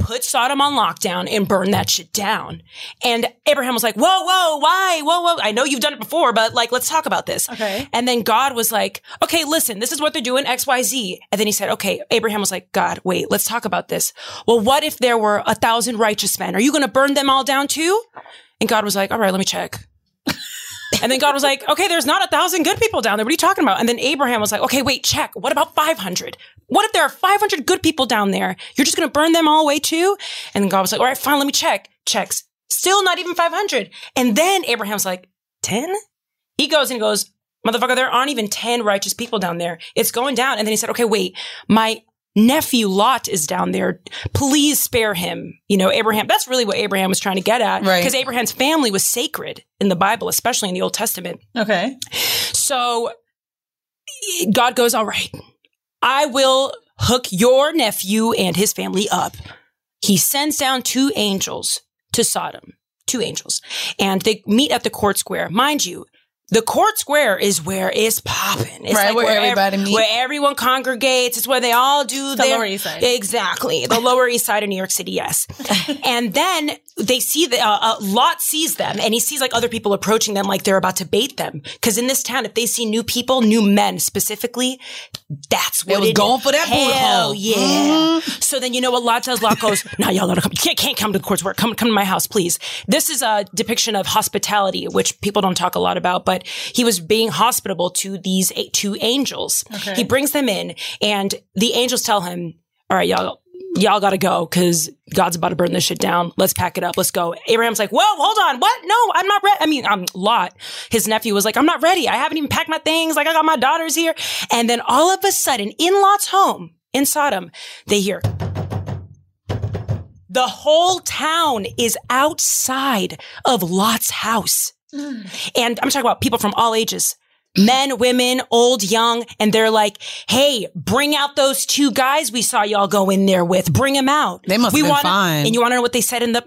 put Sodom on lockdown and burn that shit down. And Abraham was like, whoa, whoa, why? Whoa, whoa. I know you've done it before, but like, let's talk about this. Okay. And then God was like, okay, listen, this is what they're doing, X, Y, Z. And then he said, okay, Abraham was like, God, wait, let's talk about this. Well, what if there were a thousand righteous men? Are you going to burn them all down too? And God was like, all right, let me check. And then God was like, okay, there's not a thousand good people down there. What are you talking about? And then Abraham was like, okay, wait, check. What about 500? What if there are 500 good people down there? You're just going to burn them all away too? And then God was like, all right, fine, let me check. Checks. Still not even 500. And then Abraham's like, 10? He goes and he goes, motherfucker, there aren't even 10 righteous people down there. It's going down. And then he said, okay, wait, my nephew Lot is down there. Please spare him. You know, Abraham, that's really what Abraham was trying to get at. Right. Because Abraham's family was sacred in the Bible, especially in the Old Testament. Okay. So God goes, all right, I will hook your nephew and his family up. He sends down two angels to Sodom, two angels, and they meet at the court square. Mind you, the court square is where it's popping. It's Right, where ev- everybody meet. Where everyone congregates. It's where they all do The their- Lower East Side. Exactly. The Lower East Side of New York (laughs) City, yes. and then they see the uh, uh, Lot sees them and he sees like other people approaching them like they're about to bait them. Because in this town, if they see new people, new men specifically, that's what They was it- going for that bullet Hell hole. Mm-hmm. Yeah. So then you know what Lot tells Lot goes, nah, y'all gotta come. You can't, can't come to the court's work. Come come to my house, please. This is a depiction of hospitality, which people don't talk a lot about, but he was being hospitable to these eight, two angels. Okay. He brings them in, and the angels tell him, All right, y'all. Y'all gotta go because God's about to burn this shit down. Let's pack it up. Let's go. Abraham's like, whoa, hold on. What? No, I'm not ready. I mean, um, Lot, his nephew was like, I'm not ready. I haven't even packed my things. Like, I got my daughters here. And then all of a sudden, in Lot's home, in Sodom, they hear the whole town is outside of Lot's house. And I'm talking about people from all ages. Men, women, old, young, and they're like, "Hey, bring out those two guys we saw y'all go in there with. Bring them out. They must we have been wanna-" fine. And you want to know what they said (laughs) in the?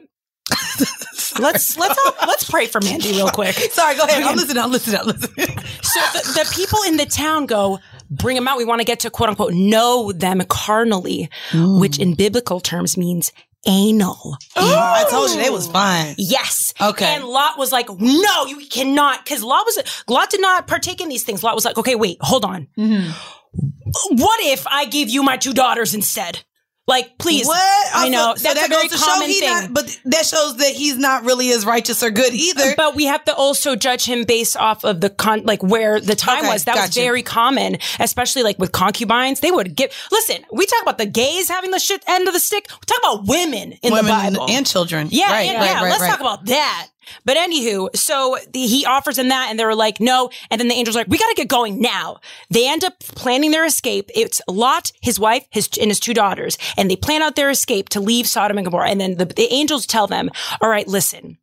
let's let's let's pray for Mandy real quick. Sorry, go (laughs) ahead. I'm listening. I'm listening. I'm (laughs) listening. So the, the people in the town go, bring them out. We want to get to quote unquote know them carnally, which in biblical terms means anal. I told you they was fine. Yes. Okay. And Lot was like, no, you cannot. Cause Lot was, Lot did not partake in these things. Lot Mm-hmm. was like, okay, wait, hold on. What if I give you my two daughters instead? Like, please. What? I know. Also, so that's that a very goes to show common he thing. not- but that shows that he's not really as righteous or good either. But we have to also judge him based off of the con, like where the time Okay, was. That was gotcha. very common, especially like with concubines. They would get, listen, we talk about the gays having the shit end of the stick. We talk about women in Women the Bible. and children. Yeah. Right, and- right, yeah. right, Let's right. talk about that. But anywho, so the, he offers them that and they were like, no. And then the angels are like, we got to get going now. They end up planning their escape. It's Lot, his wife, his, and his two daughters. And they plan out their escape to leave Sodom and Gomorrah. And then the, the angels tell them, all right, listen,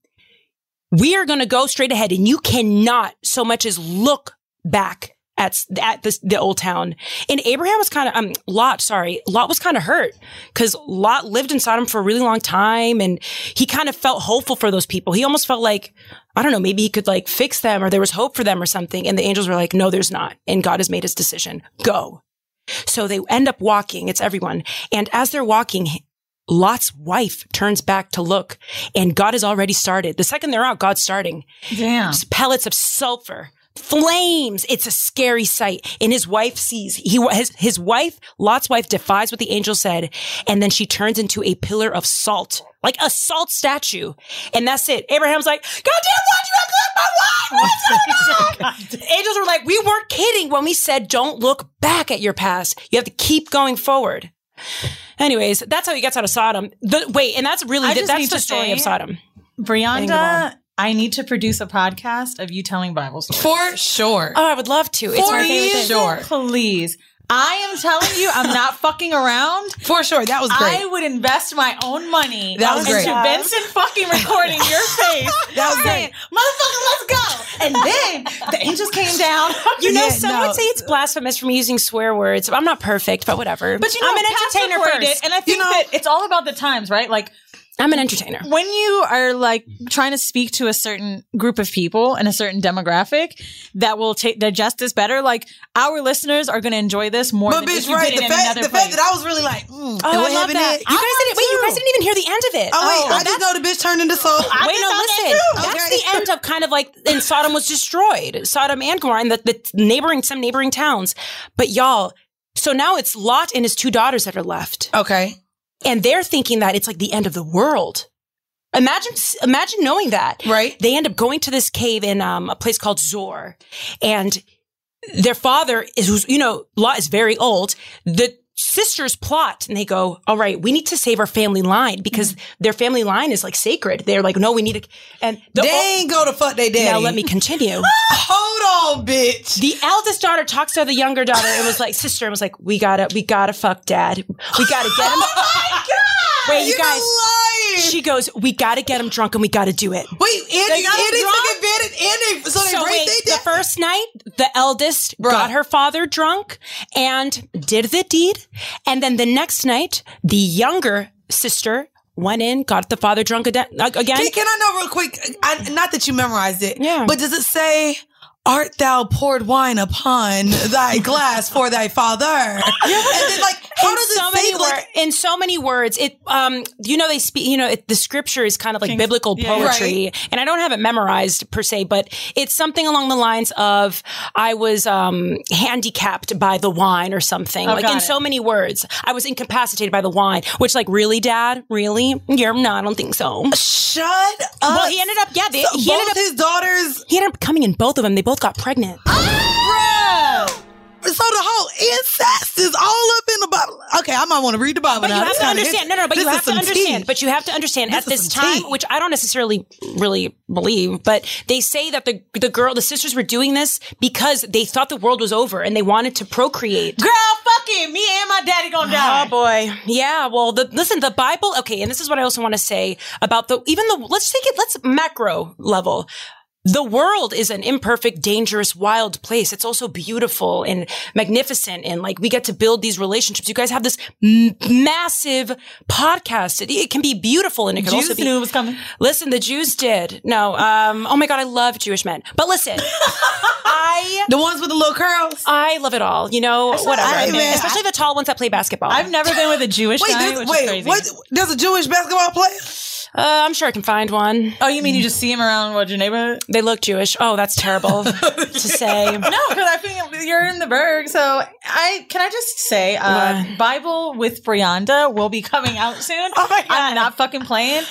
we are going to go straight ahead and you cannot so much as look back at, s- at this, the old town. And Abraham was kind of, um, Lot, sorry, Lot was kind of hurt because Lot lived in Sodom for a really long time and he kind of felt hopeful for those people. He almost felt like, I don't know, maybe he could like fix them or there was hope for them or something. And the angels were like, no, there's not. And God has made his decision. Go. So they end up walking. It's everyone. And as they're walking, Lot's wife turns back to look, and God has already started. The second they're out, God's starting. Damn. Just pellets of sulfur, flames. It's a scary sight. And his wife sees. He his, his wife, Lot's wife, defies what the angel said, and then she turns into a pillar of salt, like a salt statue. And that's it. Abraham's like, God (laughs) damn, why'd you have to look Oh my wife? What's going on?" Angels were like, we weren't kidding when we said don't look back at your past. You have to keep going forward. Anyways, that's how he gets out of Sodom. The, wait, and that's really I the, just that's need the to story of say- Sodom. Thank you, Brianda, Mom. I need to produce a podcast of you telling Bible stories. For sure. Oh, I would love to. It's For my favorite thing. sure. Please. I am telling you, I'm (laughs) not fucking around. For sure. That was great. I would invest my own money That was into great. Benson fucking recording (laughs) your face. That was Saying, great. Motherfucker, let's go. And then the angels came down. You (laughs) know, Yeah, some no. would say it's blasphemous for me using swear words. I'm not perfect, but whatever. But you know, I'm an Pastor entertainer Corey first. did, and I think that it's all about the times, right? Like, I'm an entertainer. When you are like trying to speak to a certain group of people and a certain demographic that will ta- digest this better, like our listeners are going to enjoy this more. But than if bitch, you right? did The it in fact, another the fact place. that I was really like, mm, and oh, I what love happened that. is- I you guys didn't. Wait, you guys didn't even hear the end of it. Oh wait, I that's- just know the bitch turned into salt. Wait, no, listen. That's the end of kind of like, and Sodom was destroyed. Sodom and Gomorrah and the, the neighboring, some neighboring towns. But y'all, so now it's Lot and his two daughters that are left. Okay. And they're thinking that it's like the end of the world. Imagine, imagine knowing that. Right. They end up going to this cave in um, a place called Zor. And their father is, who's, you know, Lot is very old. The sisters plot and they go, all right, we need to save our family line because Mm-hmm. their family line is like sacred. They're like, no, we need to. And the They ain't go to fuck they daddy. Now let (laughs) me continue. Hold on, bitch. (laughs) The eldest daughter talks to the younger daughter and was like, sister, and was like, we gotta, we gotta fuck dad. We gotta get him. (laughs) Wait, you You're guys. lying. She goes, we gotta get him drunk and we gotta do it. Wait, and They they, got and they drunk? took advantage, and they so they raped wait, they the first night, the eldest got her father drunk and did the deed. And then the next night, the younger sister went in, got the father drunk ade- again. Can, can I know real quick? I, not that you memorized it, yeah. But does it say, "Art thou poured wine upon thy glass for thy father"? and then, like, how in does so it many say, wor- like, in so many words it um you know they speak you know it, the scripture is kind of like biblical yeah, yeah. poetry and i don't have it memorized per se but it's something along the lines of i was um handicapped by the wine or something Oh, like got in it. so many words i was incapacitated by the wine which like really dad really you're no i don't think so shut up? well he ended up yeah they, So he ended both up Ah! his daughters. he ended up coming in both of them they both got pregnant So the whole incest is all up in the Bible. Okay, I might want to read the Bible But now. you have This to kinda- understand. No, no, but this you is have to some understand. tea. But you have to understand This at is this some time, tea. which I don't necessarily really believe, but they say that the the girl, the sisters were doing this because they thought the world was over and they wanted to procreate. Girl, fucking me and my daddy gonna die. Oh boy, yeah. Well, the, listen, the Bible. Okay, and this is what I also want to say about the even the. Let's take it. Let's macro level. The world is an imperfect, dangerous, wild place. It's also beautiful and magnificent, and like we get to build these relationships. You guys have this m- massive podcast. It, it can be beautiful, and it can also Jesus be. knew it was coming. Listen, the Jews did. No, um, oh my God, I love Jewish men. (laughs) But listen, I the ones with the little curls. I love it all. You know, saw whatever. that, man. Especially the tall ones that play (laughs) basketball. I've never been with a Jewish Wait, guy, this, which is wait, crazy. what? There's a Jewish basketball player. Uh, I'm sure I can find one. Oh, you mean you just see them around what your neighborhood? They look Jewish. Oh, (laughs) that's terrible to say. no, because I think you're in the Berg. So I can I just say, uh, Bible with Brianda will be coming out soon. Oh my god, I'm not fucking playing.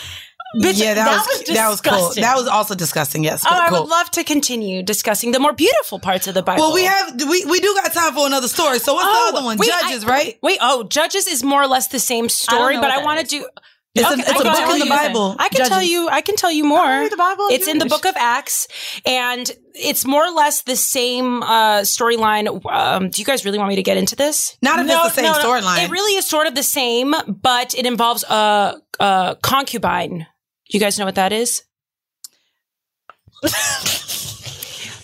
Bitch, yeah, that, that was, was that was cool. disgusting. That was also disgusting. Yes. Oh, but I cool. would love to continue discussing the more beautiful parts of the Bible. Well, we have we, we do got time for another story. So what's the other one? wait, Judges, Oh, I- right? Wait, oh, Judges is more or less the same story, know but what I that want to do. It's a- it's I a can book tell in the you- Bible, I can tell Judges. you. I can tell you more. the Bible. It's in the book of Acts, and it's more or less the same uh, storyline. Um, do you guys really want me to get into this? Not if it's the same storyline. It really is sort of the same, but it involves a, a concubine. You guys know what (laughs) that is?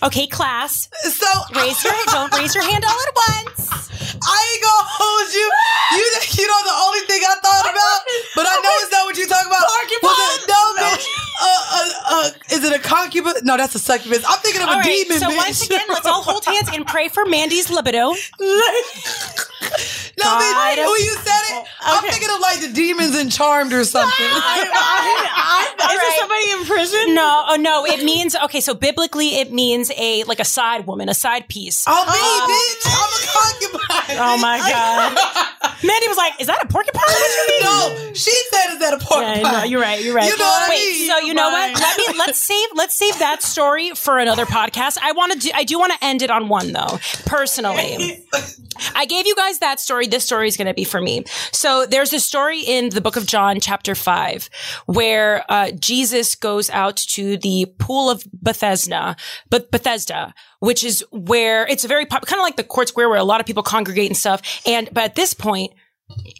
okay, class. So raise your don't raise your hand all at once. (laughs) I ain't gonna hold (laughs) you. You you know the only thing I thought about, but I know it's not what you talk about. Was it, no, bitch. Uh, uh, uh, is it a concubine? No, that's a succubus. I'm thinking of All a right, demon. so bitch. once again, (laughs) let's (laughs) all hold hands and pray for Mandy's libido. No, bitch, God. when you said it, I'm thinking of like the demons in Charmed or something. All right. somebody in prison? No, oh no, it means okay. So biblically, it means a like a side woman, a side piece. Oh me, bitch, I'm a concubine. Oh my (laughs) god, Mandy was like, "Is that a porcupine?" What you mean? No, she said it's at a porcupine. Yeah, no, you're right. You're right. You know what I Wait, mean? so you know what? Fine. Let me let's save let's save that story for another podcast. I want to do I do want to end it on one though. Personally, (laughs) I gave you guys that story. This story is going to be for me. So there's a story in the book of John, chapter five, where uh, Jesus goes out to the pool of Bethesda, but Bethesda, which is where it's a very pop, kind of like the court square where a lot of people congregate and stuff. And but at this point.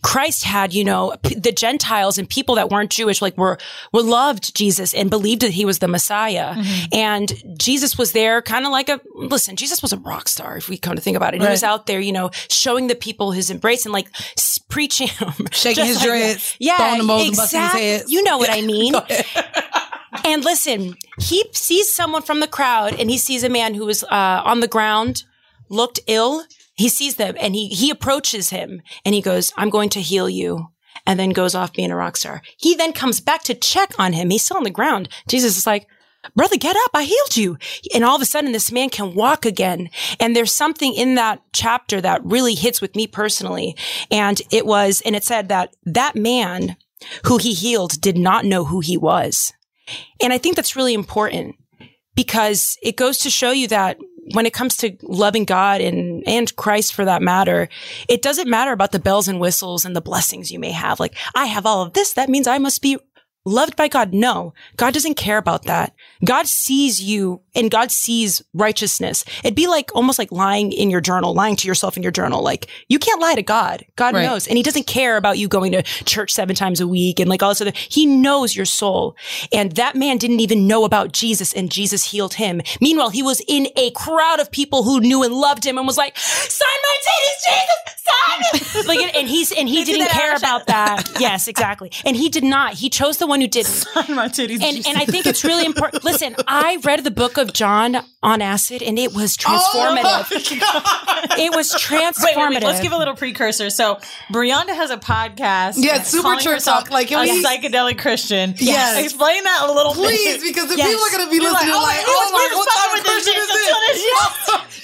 Christ had, you know, p- the Gentiles and people that weren't Jewish, like were, were loved Jesus and believed that he was the Messiah. And Jesus was there kind of like a, listen, Jesus was a rock star if we come to think about it. He was Right. out there, you know, showing the people his embrace and like s- preaching, Shaking Just his like that. dreads, Yeah. throwing them over and busting his exactly. heads. You know what (laughs) I mean? (laughs) and listen, he sees someone from the crowd and he sees a man who was uh, on the ground, looked ill. He sees them and he, he approaches him and he goes, I'm going to heal you. And then goes off being a rock star. He then comes back to check on him. He's still on the ground. Jesus is like, brother, get up. I healed you. And all of a sudden, this man can walk again. And there's something in that chapter that really hits with me personally. And it was, and it said that that man who he healed did not know who he was. And I think that's really important because it goes to show you that when it comes to loving God and, and Christ for that matter, it doesn't matter about the bells and whistles and the blessings you may have. Like, I have all of this. That means I must be loved by God. No, God doesn't care about that. God sees you and God sees righteousness. It'd be like almost like lying in your journal, lying to yourself in your journal. Like you can't lie to God. God Right. knows. And he doesn't care about you going to church seven times a week and like all this other. He knows your soul. And that man didn't even know about Jesus and Jesus healed him. Meanwhile, he was in a crowd of people who knew and loved him and was like, sign my titties, Jesus, sign it. (laughs) Like, and- and he's, and he didn't care about that. Yes, exactly. And he did not. He chose the one who didn't. my titties. And, and (laughs) I think it's really important. Listen, I read the book of John on acid, and it was Oh, transformative. (laughs) It (laughs) was transformative. Wait, wait, wait, let's give a little precursor. So, Brianda has a podcast. Yeah, that's Super calling Church herself Talk, like, a can we- psychedelic Christian. Yes. explain that a little, bit. Please, because if Yes. people are gonna be You're listening, like, oh, like, it oh, was- my, we were what type fine of with Christian this is shit until this? this-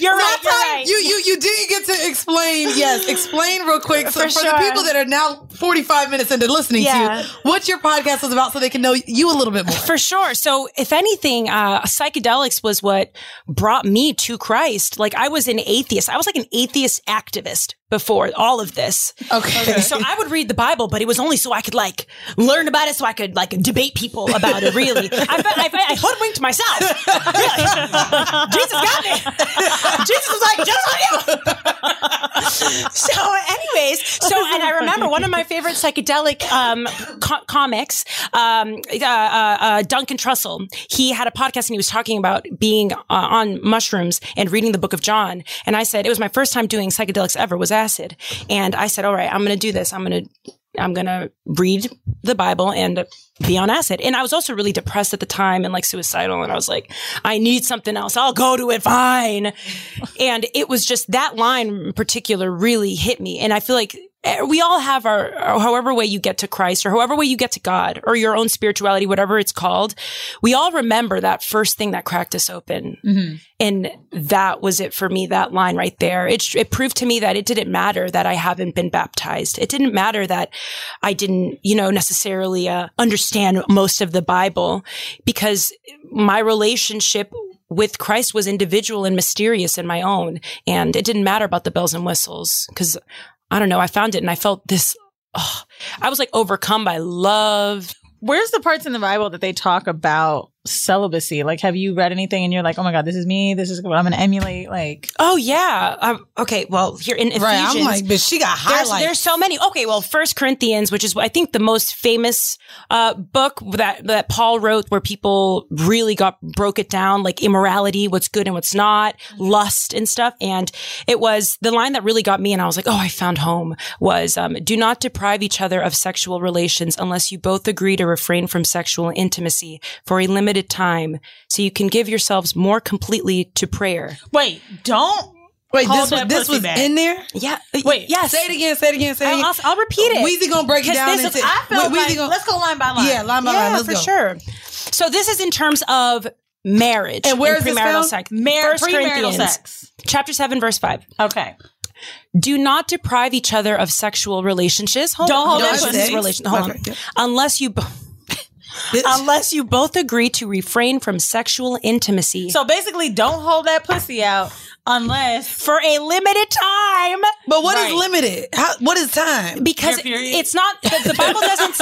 (laughs) So You're right, you're time- right. You you you did get to explain. (laughs) Yes, explain real quick so For for, sure. the people that are now forty five minutes into listening to Yeah. you, what your podcast is about, so they can know you a little bit more. For sure. So, if anything, uh, psychedelics was what brought me to Christ. Like, I was an atheist. I was like an atheist activist before all of this. Okay. So I would read the Bible, but it was only so I could like learn about it, so I could like debate people about it. Really, I felt I, felt, I hoodwinked myself. Really. (laughs) Jesus got me. (laughs) Jesus was like, just like you. (laughs) so, anyways, so and I remember one of my favorite psychedelic um, co- comics, um, uh, uh, uh, Duncan Trussell. He had a podcast and he was talking about being uh, on mushrooms and reading the Book of John. And I said it was my first time doing psychedelics ever was acid, and I said, all right, I'm going to do this. I'm going to I'm going to read the Bible and be on acid. And I was also really depressed at the time and like suicidal. And I was like, I need something else. I'll go to it. Fine. And it was just that line in particular really hit me. And I feel like eh, we all have our, our however way you get to Christ or however way you get to God or your own spirituality, whatever it's called. We all remember that first thing that cracked us open. Mhm. And that was it for me, that line right there. It, it proved to me that it didn't matter that I haven't been baptized. It didn't matter that I didn't, you know, necessarily uh, understand most of the Bible because my relationship with Christ was individual and mysterious in my own. And it didn't matter about the bells and whistles because I don't know, I found it and I felt this. Oh, I was like overcome by love. (laughs) Where's the parts in the Bible that they talk about celibacy? Like, have you read anything and you're like, oh my God, this is me. This is what I'm going to emulate? Like, Oh yeah. Um, okay. Well, here in Ephesians, Right, I'm like, but she got there's, highlights. there's so many. Okay. Well, First Corinthians, which is I think the most famous uh, book that that Paul wrote, where people really got broke it down, like immorality, what's good and what's not, lust and stuff. And it was the line that really got me, and I was like, oh, I found home. Was um, do not deprive each other of sexual relations unless you both agree to refrain from sexual intimacy for a limited time, so you can give yourselves more completely to prayer. wait, don't. Wait, Hold this was that this pussy was back. in there. Yeah. Wait. Yes. Say it again. Say it again. Say it I'll- again. I'll- I'll repeat it. Weezy gonna break it Because down. this and say- is- I felt Wee- Wee like- gonna- Let's go line by line. Yeah, line by yeah, line. Let's for go. sure. So this is in terms of marriage And where is this premarital found? sex. Mar- First premarital Corinthians, sex. chapter seven, verse five. Okay. Do not deprive each other of sexual relationships. Hold Don't on. hold Relations- on to things. relation- hold Okay, on. Unless you. bo- Unless you both agree to refrain from sexual intimacy So basically, don't hold that pussy out unless. for a limited time. But what is Right. limited? How, what is time? Because it's not the, the (laughs) Bible doesn't.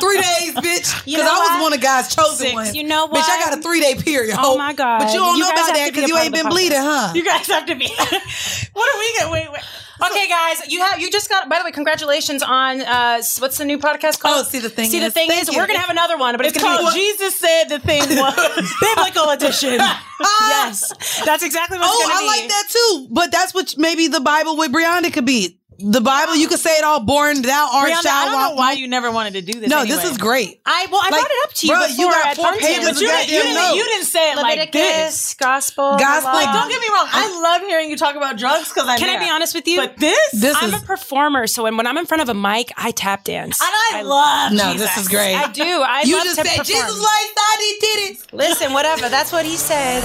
three days, bitch. Because You know I was what? one of God's chosen Six. ones. You know Bitch, I what? got a three day period. Oh ho. my God. But you don't You know guys about have that to be because a you part ain't of the been bleeding, huh? podcast. You guys have to be. (laughs) what are we going to. Wait, wait. (laughs) Okay, guys, you have you just got. By the way, congratulations on uh, s- what's the new podcast called? Oh, see the thing. See the is- thing thank is, you. we're gonna have another one, but it's, It's gonna called be Jesus said the thing (laughs) was (laughs) biblical edition. yes, that's exactly what Oh, it's gonna I be. like that too. But that's what maybe the Bible with Brianna could be. The Bible, you could say it all. Born thou art Brianna, thou I don't know art- why you never wanted to do this. No, anyway. this is great. I well, Like, I brought it up to you bruh, you before got at four Fountain. pages But you didn't, you, goddamn didn't, note. you didn't say it like this. Leviticus, gospel, Gospel. law. Like, Don't get me wrong. I love hearing you talk about drugs because I Can I be honest with you? But this, This I'm is a performer, so when, when I'm in front of a mic, I tap dance. and I, love. no. Jesus. This is great. I do. I you love just to said perform. Jesus like thought did it. Listen, whatever. That's what he said.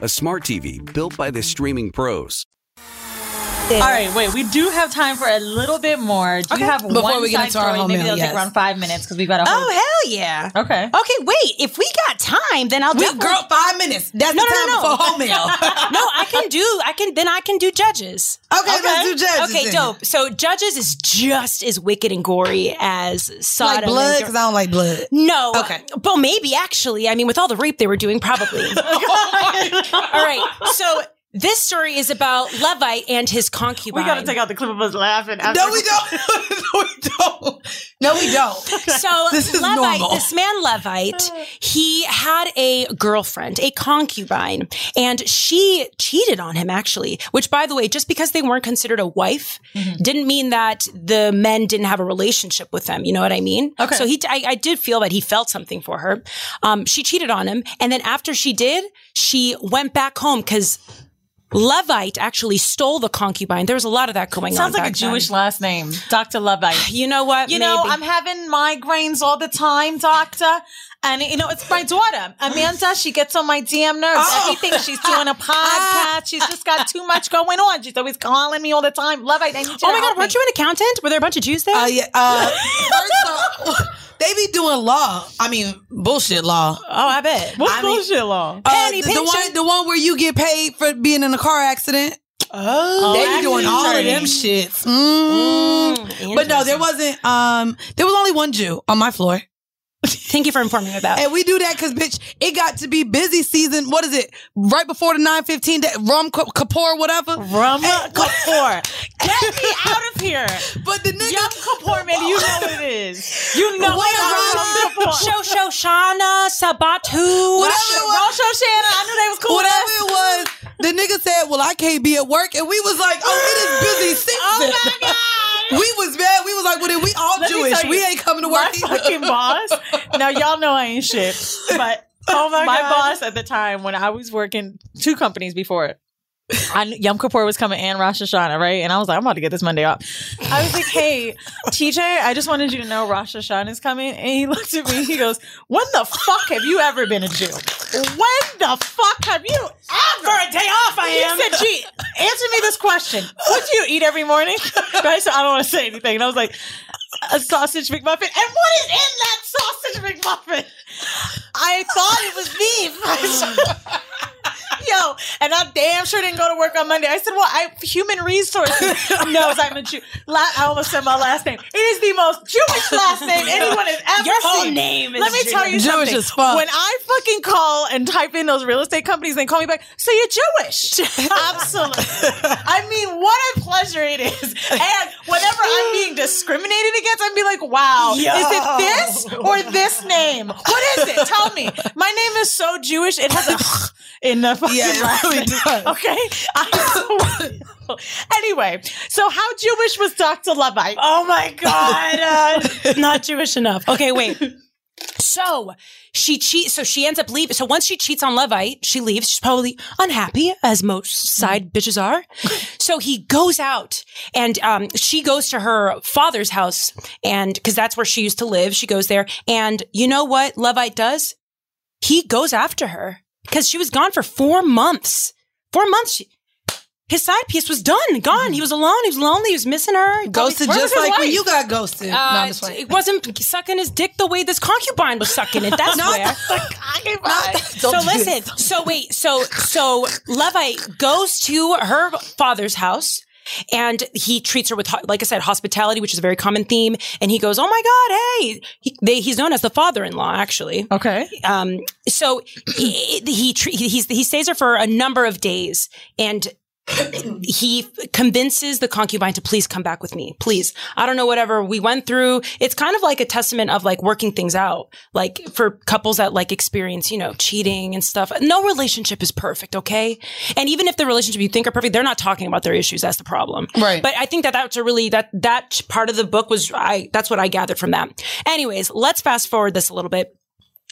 a smart TV built by the streaming pros. All right, wait. We do have time for a little bit more. Do Okay. you have Before one we get side into our story? home Maybe mail, that'll yes. take around five minutes because we've got a whole. Oh hell yeah! okay. Okay, wait. If we got time, then I'll We definitely- girl five minutes. That's No, the no, time no, no. for home mail. (laughs) no, I can do. I can then I can do judges. Okay, let's do judges Okay, then. dope. So judges is just as wicked and gory as Sodom. like blood and because I don't like (laughs) blood. no. Okay. (laughs) (laughs) Well, maybe actually. I mean, with all the rape they were doing, probably. all right. So This story is about Levi and his concubine. We got to take out the clip of us laughing. No, we don't. (laughs) No, we don't. (laughs) (laughs) So This is Levite, normal. this man Levite, he had a girlfriend, a concubine, and she cheated on him actually. Which, by the way, just because they weren't considered a wife, Mm-hmm. didn't mean that the men didn't have a relationship with them. You know what I mean? Okay. So he, I, I did feel that he felt something for her. Um, she cheated on him, and then after she did, she went back home because. Levite actually stole the concubine. There was a lot of that going on. Sounds like a back then. Jewish last name, Doctor Levite. You know (laughs) what? You know, Maybe. I'm having migraines all the time, doctor. And you know, it's my daughter, Amanda. She gets on my damn nerves. Oh. Everything she's (laughs) doing a podcast. She's just got too much going on. She's always calling me all the time. Levite, I need you to Oh my help God, me. weren't you an accountant? Were there a bunch of Jews there? Uh, yeah, (laughs) uh, first off, they be doing law. I mean, bullshit law. Oh, I bet. What's I mean- bullshit law? Uh, the, the one, the one where you get paid for being in a car accident. Oh, they be doing accident all of attorney. them shits. Mm. but no, there wasn't. Um, there was only one Jew on my floor. Thank you for informing me about. And we do that because, bitch, it got to be busy season. What is it? Right before the 915, that Rum Ka- Kapoor, whatever. (laughs) Rum Kapoor. (laughs) Get me out of here. But the nigga. Yum Kapoor, man, you know (laughs) what it is. You know What it is. Yom Kippur. (laughs) Show Shoshana Sabatu. Whatever Rosh- it was. Rosh Hashanah. I knew they was cool. Whatever it was, the nigga said, Well, I can't be at work. And we was like, Oh, it is busy season. (gasps) Oh my God. (laughs) We was mad. We was like, Well, then we all Let me Jewish. tell you, We ain't coming to work My either. (laughs) (laughs) fucking boss. Now y'all know I ain't shit, but oh my, God. boss at the time when I was working two companies before it. I knew Yom Kippur was coming and Rosh Hashanah, right? And I was like, I'm about to get this Monday off. I was like, hey, TJ, I just wanted you to know Rosh Hashanah is coming. And he looked at me, he goes, When the fuck have you ever been a Jew? When the fuck have you ever? For a day off, I he am. said, gee, answer me this question. What do you eat every morning? (laughs) I said, I don't want to say anything. And I was like, a sausage McMuffin. And what is in that sausage McMuffin? I thought it was (laughs) beef. Yo, and I damn sure didn't go to work on Monday. I said, "Well, I human (laughs) resources knows I'm a Jew." La- I almost said my last name. It is the most Jewish last name anyone has ever Your whole seen. name is Let me tell you Jewish. Jewish something. as fuck. When I fucking call and type in those real estate companies, they call me back. So you're Jewish? Absolutely. I mean, what a pleasure it is. And whenever I'm being discriminated against, I'd be like, "Wow, Yo. is it this or this name? What is it? Tell me. My name is so Jewish. It has a (laughs) in the fucking (laughs) Yeah, it last really name. does. Okay. I- (laughs) anyway, so how Jewish was Dr. Levite? Oh (laughs) my (laughs) god, uh, (laughs) not Jewish enough. Okay, wait. So she cheats. So she ends up leaving. So once she cheats on Levite, she leaves. She's probably unhappy, as most side bitches are. So he goes out, and um, she goes to her father's house, and because that's where she used to live, she goes there. And you know what Levite does? He goes after her because she was gone for four months. Four months. She, his side piece was done, gone. He was alone. He was lonely. He was missing her. He probably- Ghosted Where was just his like when wife? you got ghosted. no, Uh, I'm just it playing. wasn't sucking his dick the way this concubine was sucking it. (laughs) That's Not- where. So Don't do this. listen. So wait. So so Levite goes to her father's house. And he treats her with, ho- like I said, hospitality, which is a very common theme. And he goes, "Oh my God, hey!" He, they, he's known as the father-in-law, actually. Okay. Um, so he he, tre- he's, he stays there for a number of days, and he convinces the concubine to please come back with me, please. I don't know whatever we went through. It's kind of like a testament of like working things out, like for couples that like experience, you know, cheating and stuff. No relationship is perfect, okay? And even if the relationship you think are perfect, they're not talking about their issues. That's the problem, Right. But I think that that's a really that that part of the book was I. That's what I gathered from that. Anyways, let's fast forward this a little bit.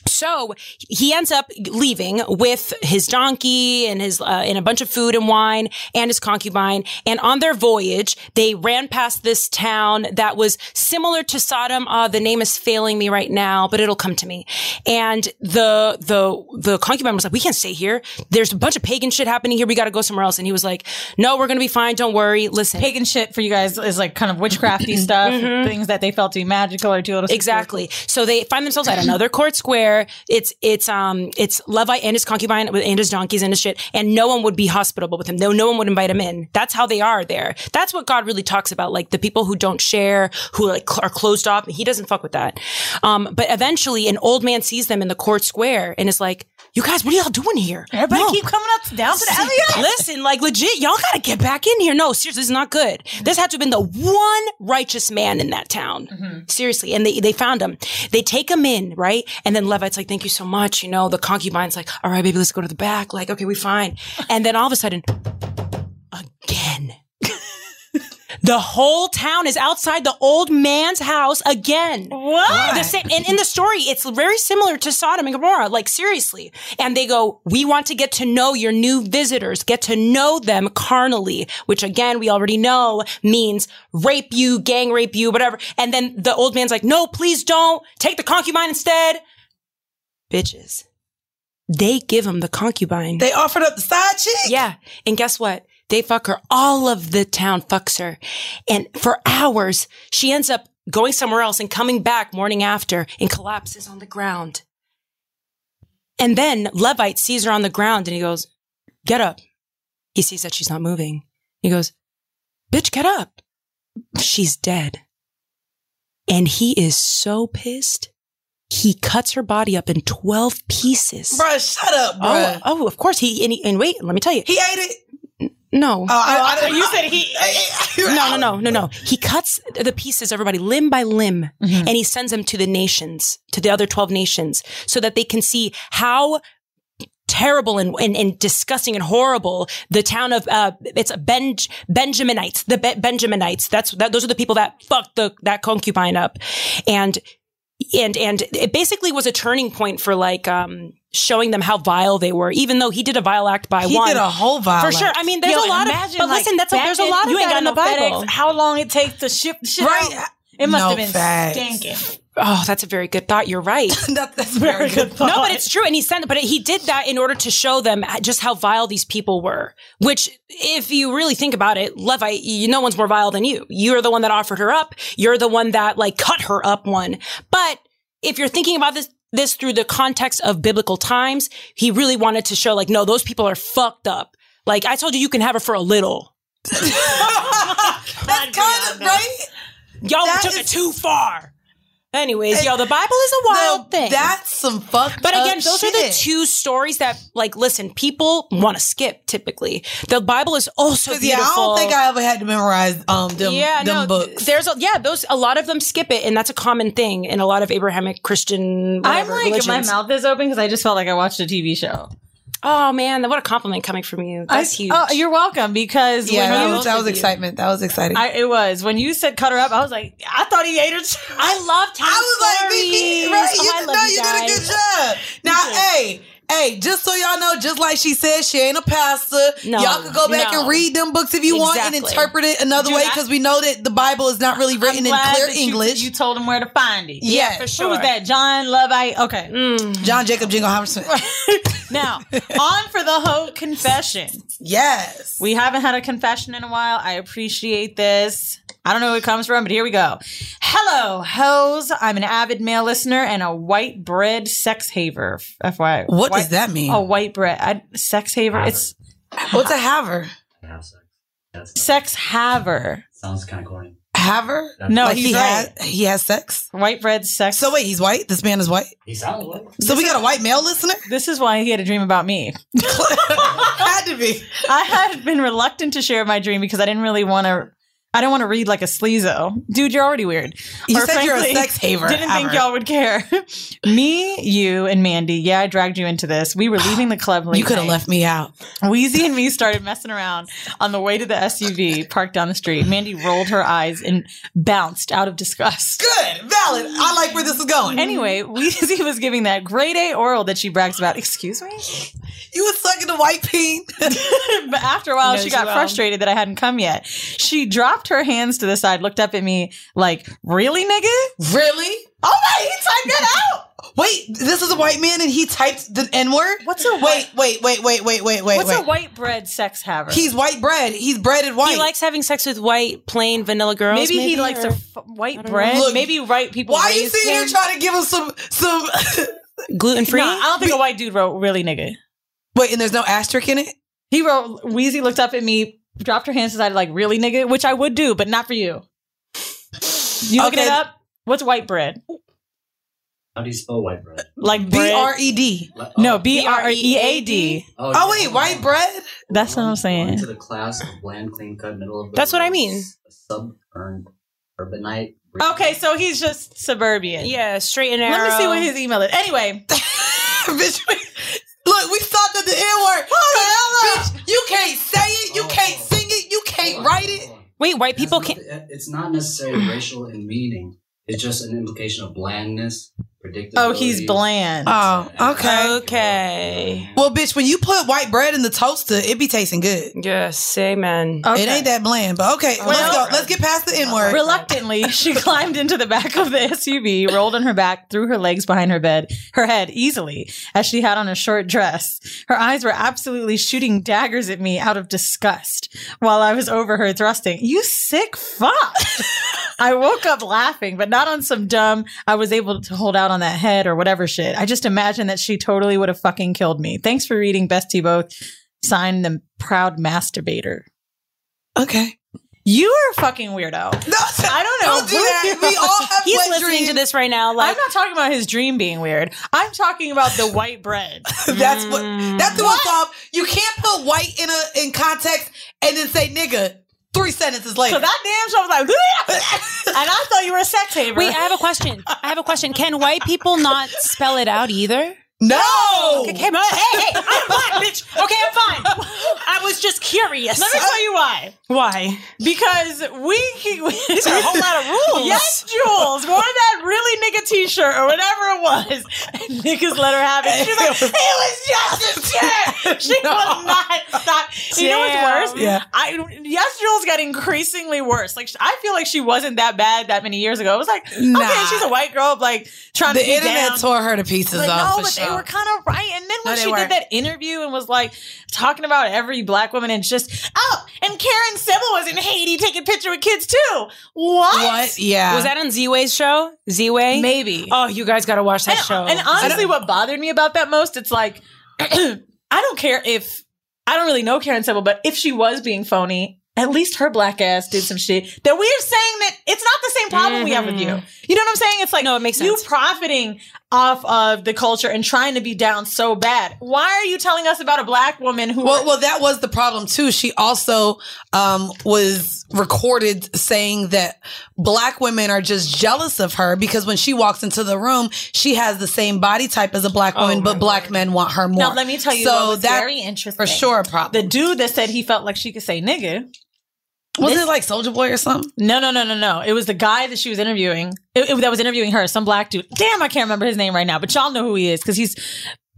So he ends up leaving with his donkey and his uh, and a bunch of food and wine and his concubine. And on their voyage, they ran past this town that was similar to Sodom. Uh, the name is failing me right now, but it'll come to me. And the the the concubine was like, "We can't stay here. There's a bunch of pagan shit happening here. We got to go somewhere else." And he was like, "No, we're gonna be fine. Don't worry. Listen, pagan shit for you guys is like kind of (clears throat) Mm-hmm. witchcrafty stuff, things that they felt to be magical or do. Exactly. So they find themselves at another court square. there. It's it's um it's Levi and his concubine with and his donkeys and his shit, and no one would be hospitable with him. No, no one would invite him in. That's how they are there. That's what God really talks about, like the people who don't share, who like cl- are closed off. He doesn't fuck with that. Um, but eventually, an old man sees them in the court square and is like, "You guys, what are y'all doing here? Everybody No. keep coming up down to the See, alley. Listen, like legit, y'all gotta get back in here. No, seriously, this is not good. This had to have been the one righteous man in that town. Seriously. And they, they found him. They take him in, right? And then Levite's like, thank you so much. You know, the concubine's like, all right, baby, let's go to the back. Like, okay, we fine. And then all of a sudden, the whole town is outside the old man's house again. What? The same, and in the story, it's very similar to Sodom and Gomorrah. Like seriously, and they go, "We want to get to know your new visitors, get to know them carnally," which again we already know means rape you, gang rape you, whatever. And then the old man's like, "No, please don't. Take the concubine instead." Bitches. They give him the concubine. They offered up the side chick. Yeah. And guess what? They fuck her. All of the town fucks her. And for hours, she ends up going somewhere else and coming back morning after and collapses on the ground. And then Levite sees her on the ground and he goes, Get up. He sees that she's not moving. He goes, Bitch, get up. She's dead. And he is so pissed. He cuts her body up in 12 pieces. Bruh, shut up, bruh. Oh, oh, of course. He and, he and wait, let me tell you. He ate it. No. Oh, I- (laughs) I didn't- You said he. no, no, no, no, no. He cuts the pieces, everybody, limb by limb, Mm-hmm. and he sends them to the nations, to the other 12 nations, so that they can see how terrible and, and, and disgusting and horrible the town of uh it's ben benjaminites the Be- benjaminites that's that those are the people that fucked the that concubine up and and and it basically was a turning point for like um showing them how vile they were even though he did a vile act by He one did a whole vile for sure act. i (laughs) mean there's Yo, a lot imagine, of but like, listen that's a, back there's a in- lot of you ain't that got in the no bible FedEx, how long it takes to ship shit Right? out? It must No have been facts. stinking. Oh, that's a very good thought. You're (laughs) right. that's a very good No, but it's true. And he sent, but he did that in order to show them just how vile these people were. Which, if you really think about it, Levi, you, no one's more vile than you. You're the one that offered her up. You're the one that like cut her up one. But if you're thinking about this, this through the context of biblical times, he really wanted to show like, no, those people are fucked up. Like I told you, you can have her for a little. That's kind of right. Y'all That took it is- too far. Anyways, yo, the Bible is a No, wild thing. that's some fucked But again, up those are the shit. two stories that, like, listen, people want to skip typically. The Bible is also beautiful. Yeah, I don't think I ever had to memorize um them, them books. There's a, yeah, those a lot of them skip it, and that's a common thing in a lot of Abrahamic Christian. I'm Whatever, like, religions. my mouth is open because I just felt like I watched a TV show. Oh man, what a compliment coming from you. That's I- huge. Oh, you're welcome because Yeah, when that you- was, that was excitement. That was exciting. I, it was when you said cut her up. I was like, I thought he ate her. I (laughs) loved how I was Right, you, Oh, I love no, you you did a guys. good job. Now, hey, hey, just so y'all know, just like she said, she ain't a pastor. No, y'all could go back no. and read them books if you want and Exactly. interpret it another Dude, way I- because we know that the Bible is not really written in glad clear that you- English. You, told him where to find it. Yeah, for Who sure. was that? John Lovite. Okay. John Jacob Jingle Hammerson. (laughs) Now on for the whole confession. Yes. We haven't had a confession in a while. I appreciate this. I don't know where it comes from, but here we go. Hello, hoes. I'm an avid male listener and a white bread sex haver. FYI. What White- does that mean? A white bread. I, sex haver. It's What's a haver? sex haver. Sounds kind of corny. Haver? No, like he's he right. has he has sex. White bread sex. So wait, he's white. This man is white. He sounds like. So we got a white male listener. (laughs) This is why he had a dream about me. had to be. I had been reluctant to share my dream because I didn't really want to. I don't want to read like a sleazo. Dude, you're already weird. You said you're a sex haver, Didn't think Amber. y'all would care. (laughs) me, you, and Mandy. Yeah, I dragged you into (gasps) this. We were leaving the club late. You could have night. left me out. Wheezy and me started messing around on the way to the SUV parked down the street. Mandy rolled her eyes and bounced out of disgust. Good, valid. I like where this is going. Anyway, Wheezy (laughs) was giving that grade A oral that she brags about. Excuse me? You was sucking the white peen. (laughs) but after a while, Knows she got you well. frustrated that I hadn't come yet. She dropped her hands to the side, looked up at me like, Really, (laughs) nigga? Really? Oh my, he typed that out. Wait, this is a white man and he typed the N word? What's a wait, wait, wait, wait, wait, wait, wait, What's wait. a white bread sex haver? He's white bread. He's breaded white. he likes having sex with white, plain vanilla girls. maybe, Maybe, he likes or- a f- white bread. Look, maybe white people. Why are you raised sitting here him. trying to give him some (laughs) some gluten free? No, I don't think a white dude wrote really nigga. Wait, and there's no asterisk in it? He wrote, Wheezy looked up at me, dropped her hands to the side, like, really nigga, which I would do, but not for you. You looking Okay. it up? What's white bread? How do you spell white bread? Like B R E D. No, B R E A D. Oh, Oh, wait, white bread? (laughs) That's what I'm saying. To the class of bland, clean cut, middle of the That's what I mean. Suburban, urbanite. Okay, so he's just suburban. Yeah, straight and Let me see narrow. what his email is. Anyway, Look, we stopped at the N word. Hold on, bitch. You can't say it. You can't sing it. You can't write it. Wait, white people can't. It's not necessarily racial in meaning. It's just an implication of blandness, predictability. oh, he's bland. Oh, okay. Okay. Well, bitch, when you put white bread in the toaster, it be tasting good. Yes, amen. It ain't that bland, but okay. Oh, let's go. Let's get past the N word. Reluctantly, she (laughs) climbed into the back of the SUV, rolled on her back, threw her legs behind her bed, her head easily, as she had on a short dress. Her eyes were absolutely shooting daggers at me out of disgust while I was over her thrusting. You sick fuck. (laughs) I woke up laughing, but not on some dumb, I was able to hold out on that head or whatever shit. I just imagined that she totally would have fucking killed me. Thanks for reading, Bestie Both. Signed the proud masturbator. Okay. You are a fucking weirdo. I don't (laughs) know. Don't do that. We (laughs) all Oh, have He's wet listening dreams. to this right now. Like, I'm not talking about his dream being weird. I'm talking about the (laughs) white bread. That's what. That's the one Bob. You can't put white in a in context and then say nigga three sentences later. So that damn show was like, (laughs) and I thought you were a sex haver. (laughs) Wait, I have a question. I have a question. Can white people not spell it out either? No. Okay, come on. Hey, hey, I'm black, bitch. Okay, I'm fine. I was just curious. Let me tell you why. Why? Because we can, (laughs) there's a whole lot of rules. Yes, Jules wore that really nigga t-shirt or whatever it was. And niggas let her have (laughs) it. She's like, it was just a shirt. She was not. Stop. You know what's worse? Yeah. I yes, Jules got increasingly worse. Like I feel like she wasn't that bad that many years ago. It was like, okay, Nah. she's a white girl, like trying the to be internet down. tore her to pieces. Like, off no, for but they sure. were kind of right. And then No, when they she weren't. did that interview and was like talking about every black woman and just oh, and Karen Sybil was in Haiti taking picture with kids too. What? What? Yeah. Was that on Z Way's show? Z Way? Maybe. Oh, you guys got to watch that and, uh, show. and honestly, what bothered me about that most, it's like (clears throat) I don't care if I don't really know Karen Sybil, but if she was being phony. At least her black ass did some shit that we are saying that it's not the same problem we have with you. You know what I'm saying? It's like Mm-hmm. no, it makes sense. you profiting off of the culture and trying to be down so bad. Why are you telling us about a black woman who? Well, well, that was the problem too. She also um, was recorded saying that black women are just jealous of her because when she walks into the room, she has the same body type as a black woman, but black men want her more. Oh, Now let me tell you what was very interesting. for sure. a Problem. The dude that said he felt like she could say nigga. Was This- it like Soldier Boy or something? No, no, no, no, no. It was the guy that she was interviewing. It, it- that was interviewing her, some black dude. Damn, I can't remember his name right now, but y'all know who he is because he's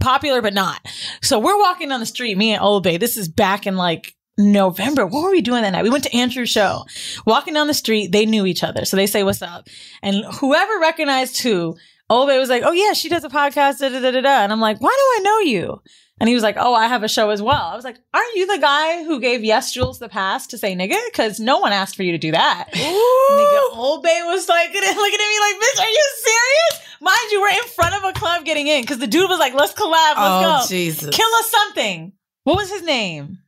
popular, but not. So we're walking down the street, me and Old Bay. This is back in like November. What were we doing that night? We went to Andrew's show. Walking down the street, they knew each other. So they say, What's up? And whoever recognized who, Old Bay was like, Oh, yeah, she does a podcast, da da da da da. And I'm like, Why do I know you? And he was like, Oh, I have a show as well. I was like, Aren't you the guy who gave Yes Jules the pass to say nigga? Because no one asked for you to do that. Nigga, Old Bay was like, (laughs) looking at me like, Bitch, are you serious? Mind you, we're in front of a club getting in because the dude was like, Let's collab. Let's Oh, go. Jesus. Kill us something. What was his name?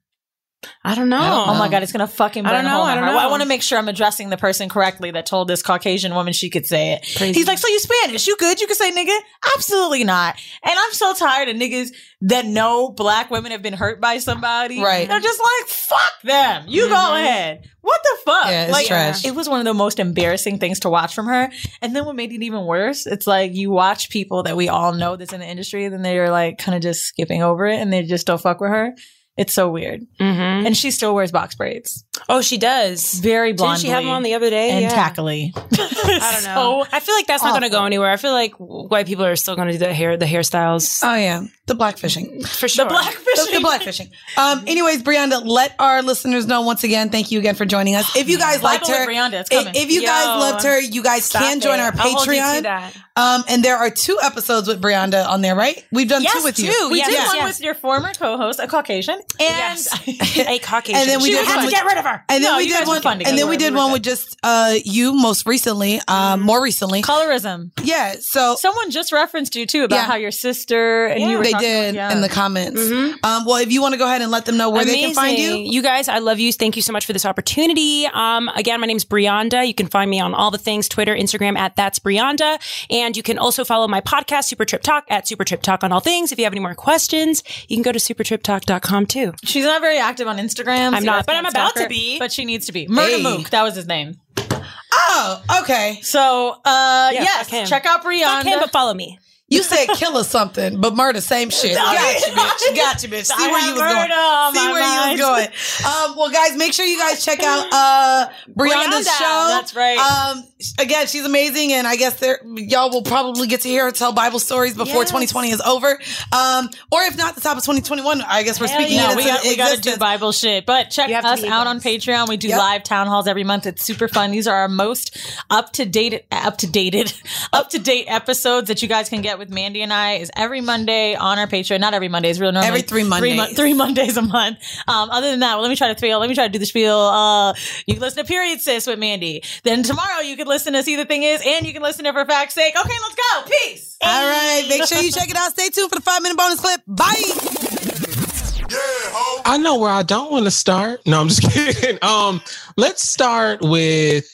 I don't know. Oh my God, it's going to fucking Um, I burn don't a know, hole in I don't her. know. I want to make sure I'm addressing the person correctly that told this Caucasian woman she could say it. Crazy. He's like, so you Spanish? You good? You can say nigga? Absolutely not. And I'm so tired of niggas that know black women have been hurt by somebody. Right. They're just like, fuck them. You go Mm-hmm. Mhm. ahead. What the fuck? Yeah, it's like, trash. it was one of the most embarrassing things to watch from her. And then what made it even worse, it's like you watch people that we all know that's in the industry, and then they're like kind of just skipping over it and they just don't fuck with her. It's so weird. Mhm. And she still wears box braids. Oh, she does. Very Didn't blonde. she have them on the other day? And Yeah. tackly. (laughs) I don't know. I feel like that's not going to go anywhere. I feel like white people are still going to do the hair, the Uh, hairstyles Oh yeah, the black fishing. for sure. The black The, the black fishing. Mm-hmm. Um, anyways, Brianda, let our listeners know once again. Thank you again for joining us. If you guys liked Bible her, with Brianda, it's if- coming. if, you Yo, guys loved her, you guys stop can join it. our I'll hold you to Patreon. that. Um, and there are two episodes with Brianda on there, right? We've done Yes, two with you. two. We Yes, did yes, one yes. with your former co-host, a Caucasian. And Yes. (laughs) a Caucasian. And then we she did had one to with- get rid of her. are. And then No, we you did guys were Mm-hmm. one. fun and together. then we did one with just uh, you most recently, uh, more recently. Colorism. Yeah. So someone just referenced you too about Yeah. how your sister and you were they talking did about- yeah. in the comments. Um, well, if you want to go ahead and let them know where they can find you, Amazing. You guys, I love you. Thank you so much for this opportunity. Um, again, my name's Brianda. You can find me on all the things Twitter, Instagram at That's Brianda. And you can also follow my podcast, Super Trip Talk, at Super Trip Talk on all things. If you have any more questions, you can go to supertriptalk.com too. She's not very active on Instagram. so I'm you not, guys but can't I'm about stalk to her, be. But she needs to be. Murder Hey. Mook. That was his name. Oh, okay. So, uh, yes, check out Brianna. Fuck him, but follow me. you said kill or something, but murder, same shit. Sorry. Gotcha, bitch. Gotcha, bitch. See I where have you was murder going. uh, on See my where mind. you was going. Um, well, guys, make sure you guys check out uh, Brianna's Brianda, show. that's right. Um, again, she's amazing, and I guess there y'all will probably get to hear her tell Bible stories before Yes. 2020 is over. Um, or if not, the top of 2021. I guess we're speaking. No, it we into got, we got to existence. do Bible shit. But check have to us be out on Patreon. We do Yep. live town halls every month. It's super fun. These are our most up to date, up to (laughs) dated, up to date episodes that you guys can get with Mandy and I. Is every Monday on our Patreon. Not every Monday. It's real normally Every three mon- Mondays. three Mondays a month. Um, other than that, well, let me try to feel. Let me try to do the spiel. Uh, you can listen to Period Sis with Mandy. Then tomorrow you can listen to See the Thing Is, and you can listen to For Fact's Sake. Okay, let's go. Peace. All right, make sure you check it out. Stay tuned for the five minute bonus clip. Bye. I know where I don't want to start. No, I'm just (laughs) kidding. Um, let's start with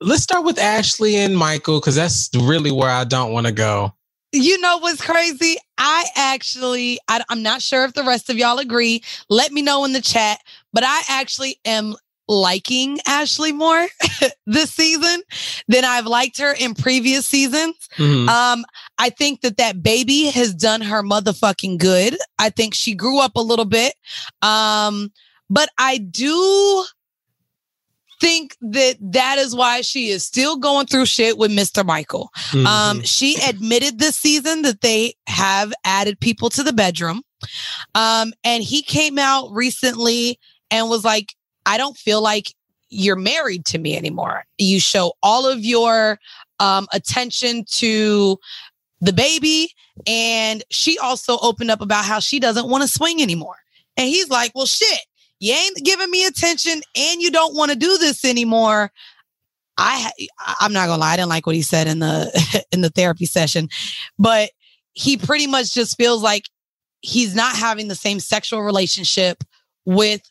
let's start with Ashley and Michael because that's really where I don't want to go. You know what's crazy? I actually, I, am not sure if the rest of y'all agree. Let me know in the chat, but I actually am liking Ashley more (laughs) this season than I've liked her in previous seasons. Mhm. Um, I think that that baby has done her motherfucking good. I think she grew up a little bit. Um, but I do think that that is why she is still going through shit with Mr. Michael. Um, Mhm. she admitted this season that they have added people to the bedroom. Um, and he came out recently and was like, I don't feel like you're married to me anymore. You show all of your um, attention to the baby. And she also opened up about how she doesn't want to swing anymore. And he's like, Well, shit, you ain't giving me attention and you don't want to do this anymore. I ha- I'm not gonna lie, I didn't like what he said in the (laughs) in the therapy session, but he pretty much just feels like he's not having the same sexual relationship with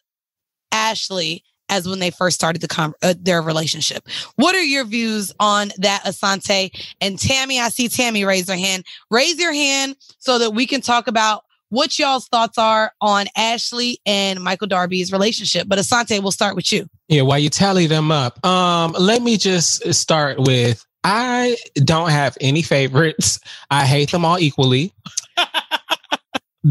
Ashley as when they first started the con- uh, their relationship. What are your views on that, Asante and Tammy? I see Tammy raise her hand. Raise your hand so that we can talk about what y'all's thoughts are on Ashley and Michael Darby's relationship. But Asante, we'll start with you. Yeah, while you tally them up, um, let me just start with I don't have any favorites. I hate them all equally.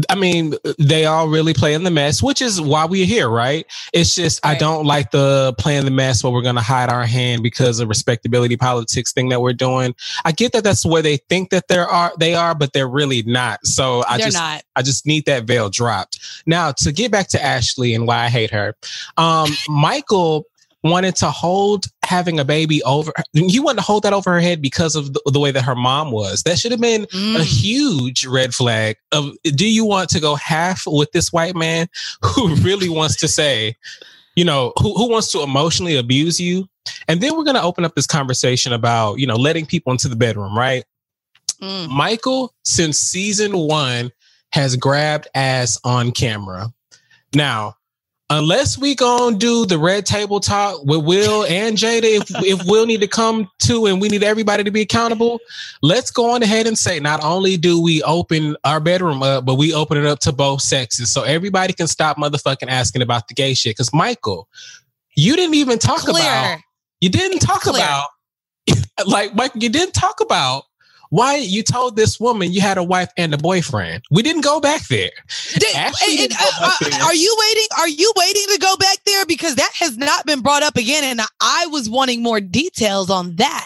I mean, they all really play in the mess, which is why we're here, right? It's just I don't like the play in the mess where we're going to hide our hand because of respectability politics thing that we're doing. I get that that's where they think that there are they are, but they're really not. So I They're just (laughs) not. I just need that veil dropped. Now to get back to Ashley and why I hate her, um, Michael wanted to hold having a baby over you wanted to hold that over her head because of the, the way that her mom was that should have been a Mm, huge red flag of do you want to go half with this white man (laughs) who really wants to say you know who, who wants to emotionally abuse you and then we're going to open up this conversation about you know letting people into the bedroom right mm. Michael, since season one, has grabbed ass on camera. Now, unless we gonna do the red table talk with Will and Jada, if, (laughs) if Will need to come to and we need everybody to be accountable, let's go on ahead and say not only do we open our bedroom up, but we open it up to both sexes, so everybody can stop motherfucking asking about the gay shit. Because Michael, you didn't even talk about. You didn't talk about like Mike, you didn't talk about why you told this woman you had a wife and a boyfriend. We didn't go back there. Ashley And- and, didn't go uh, back there. uh, are you waiting? Are you waiting to go back there because that has not been brought up again, and I was wanting more details on that.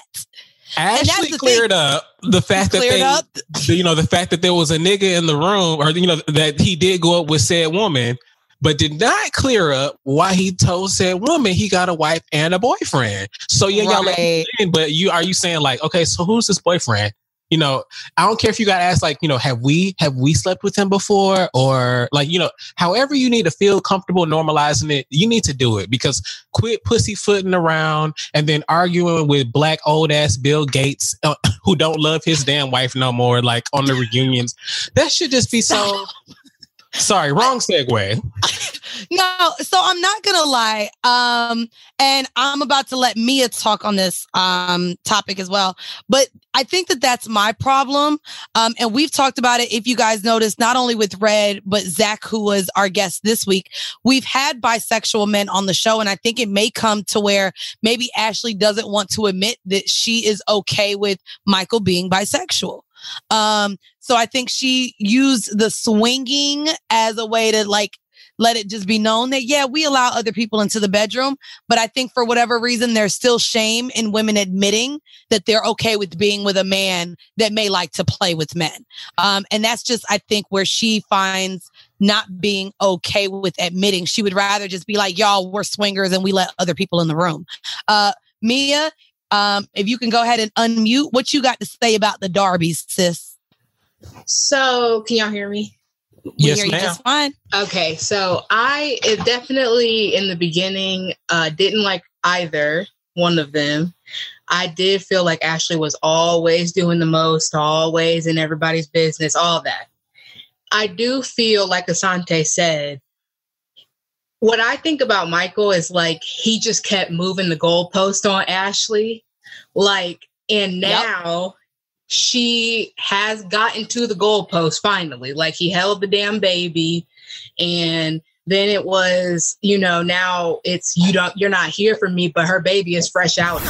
and that's Ashley the cleared up the fact that Cleared they, up? you know, the fact that there was a nigga in the room, or you know, that he did go up with said woman, but did not clear up why he told said woman he got a wife and a boyfriend. So yeah, y'all let me in, but you are you saying like, okay, so who's this boyfriend? you know, I don't care if you got asked like, you know, have we have we slept with him before or like, you know, however you need to feel comfortable normalizing it, you need to do it because quit pussyfooting around and then arguing with black old ass Bill Gates uh, (laughs) who don't love his damn wife no more like on the reunions. That should just be so (laughs) Sorry, wrong segue. (laughs) No, so I'm not gonna lie. Um, and I'm about to let Mia talk on this um topic as well. But I think that that's my problem. Um, and we've talked about it. If you guys noticed, not only with Red, but Zach, who was our guest this week, we've had bisexual men on the show, and I think it may come to where maybe Ashley doesn't want to admit that she is okay with Michael being bisexual. Um, so I think she used the swinging as a way to like let it just be known that yeah, we allow other people into the bedroom, but I think for whatever reason there's still shame in women admitting that they're okay with being with a man that may like to play with men. Um, and that's just I think where she finds not being okay with admitting. She would rather just be like, y'all, we're swingers and we let other people in the room. Uh, Mia, um, if you can go ahead and unmute what you got to say about the Darbies, sis. So, can y'all hear me? Yes, ma'am. fine. Okay, so I it definitely in the beginning uh, didn't like either one of them. I did feel like Ashley was always doing the most, always in everybody's business, all that. I do feel like Asante said. What I think about Michael is like he just kept moving the goalpost on Ashley, like, and Yep. now she has gotten to the goalpost finally. Like he held the damn baby, and then it was, you know, now it's you don't you're not here for me, but her baby is fresh out.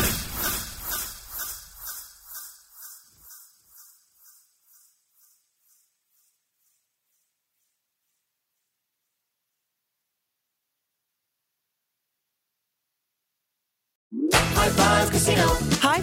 High Five Casino. High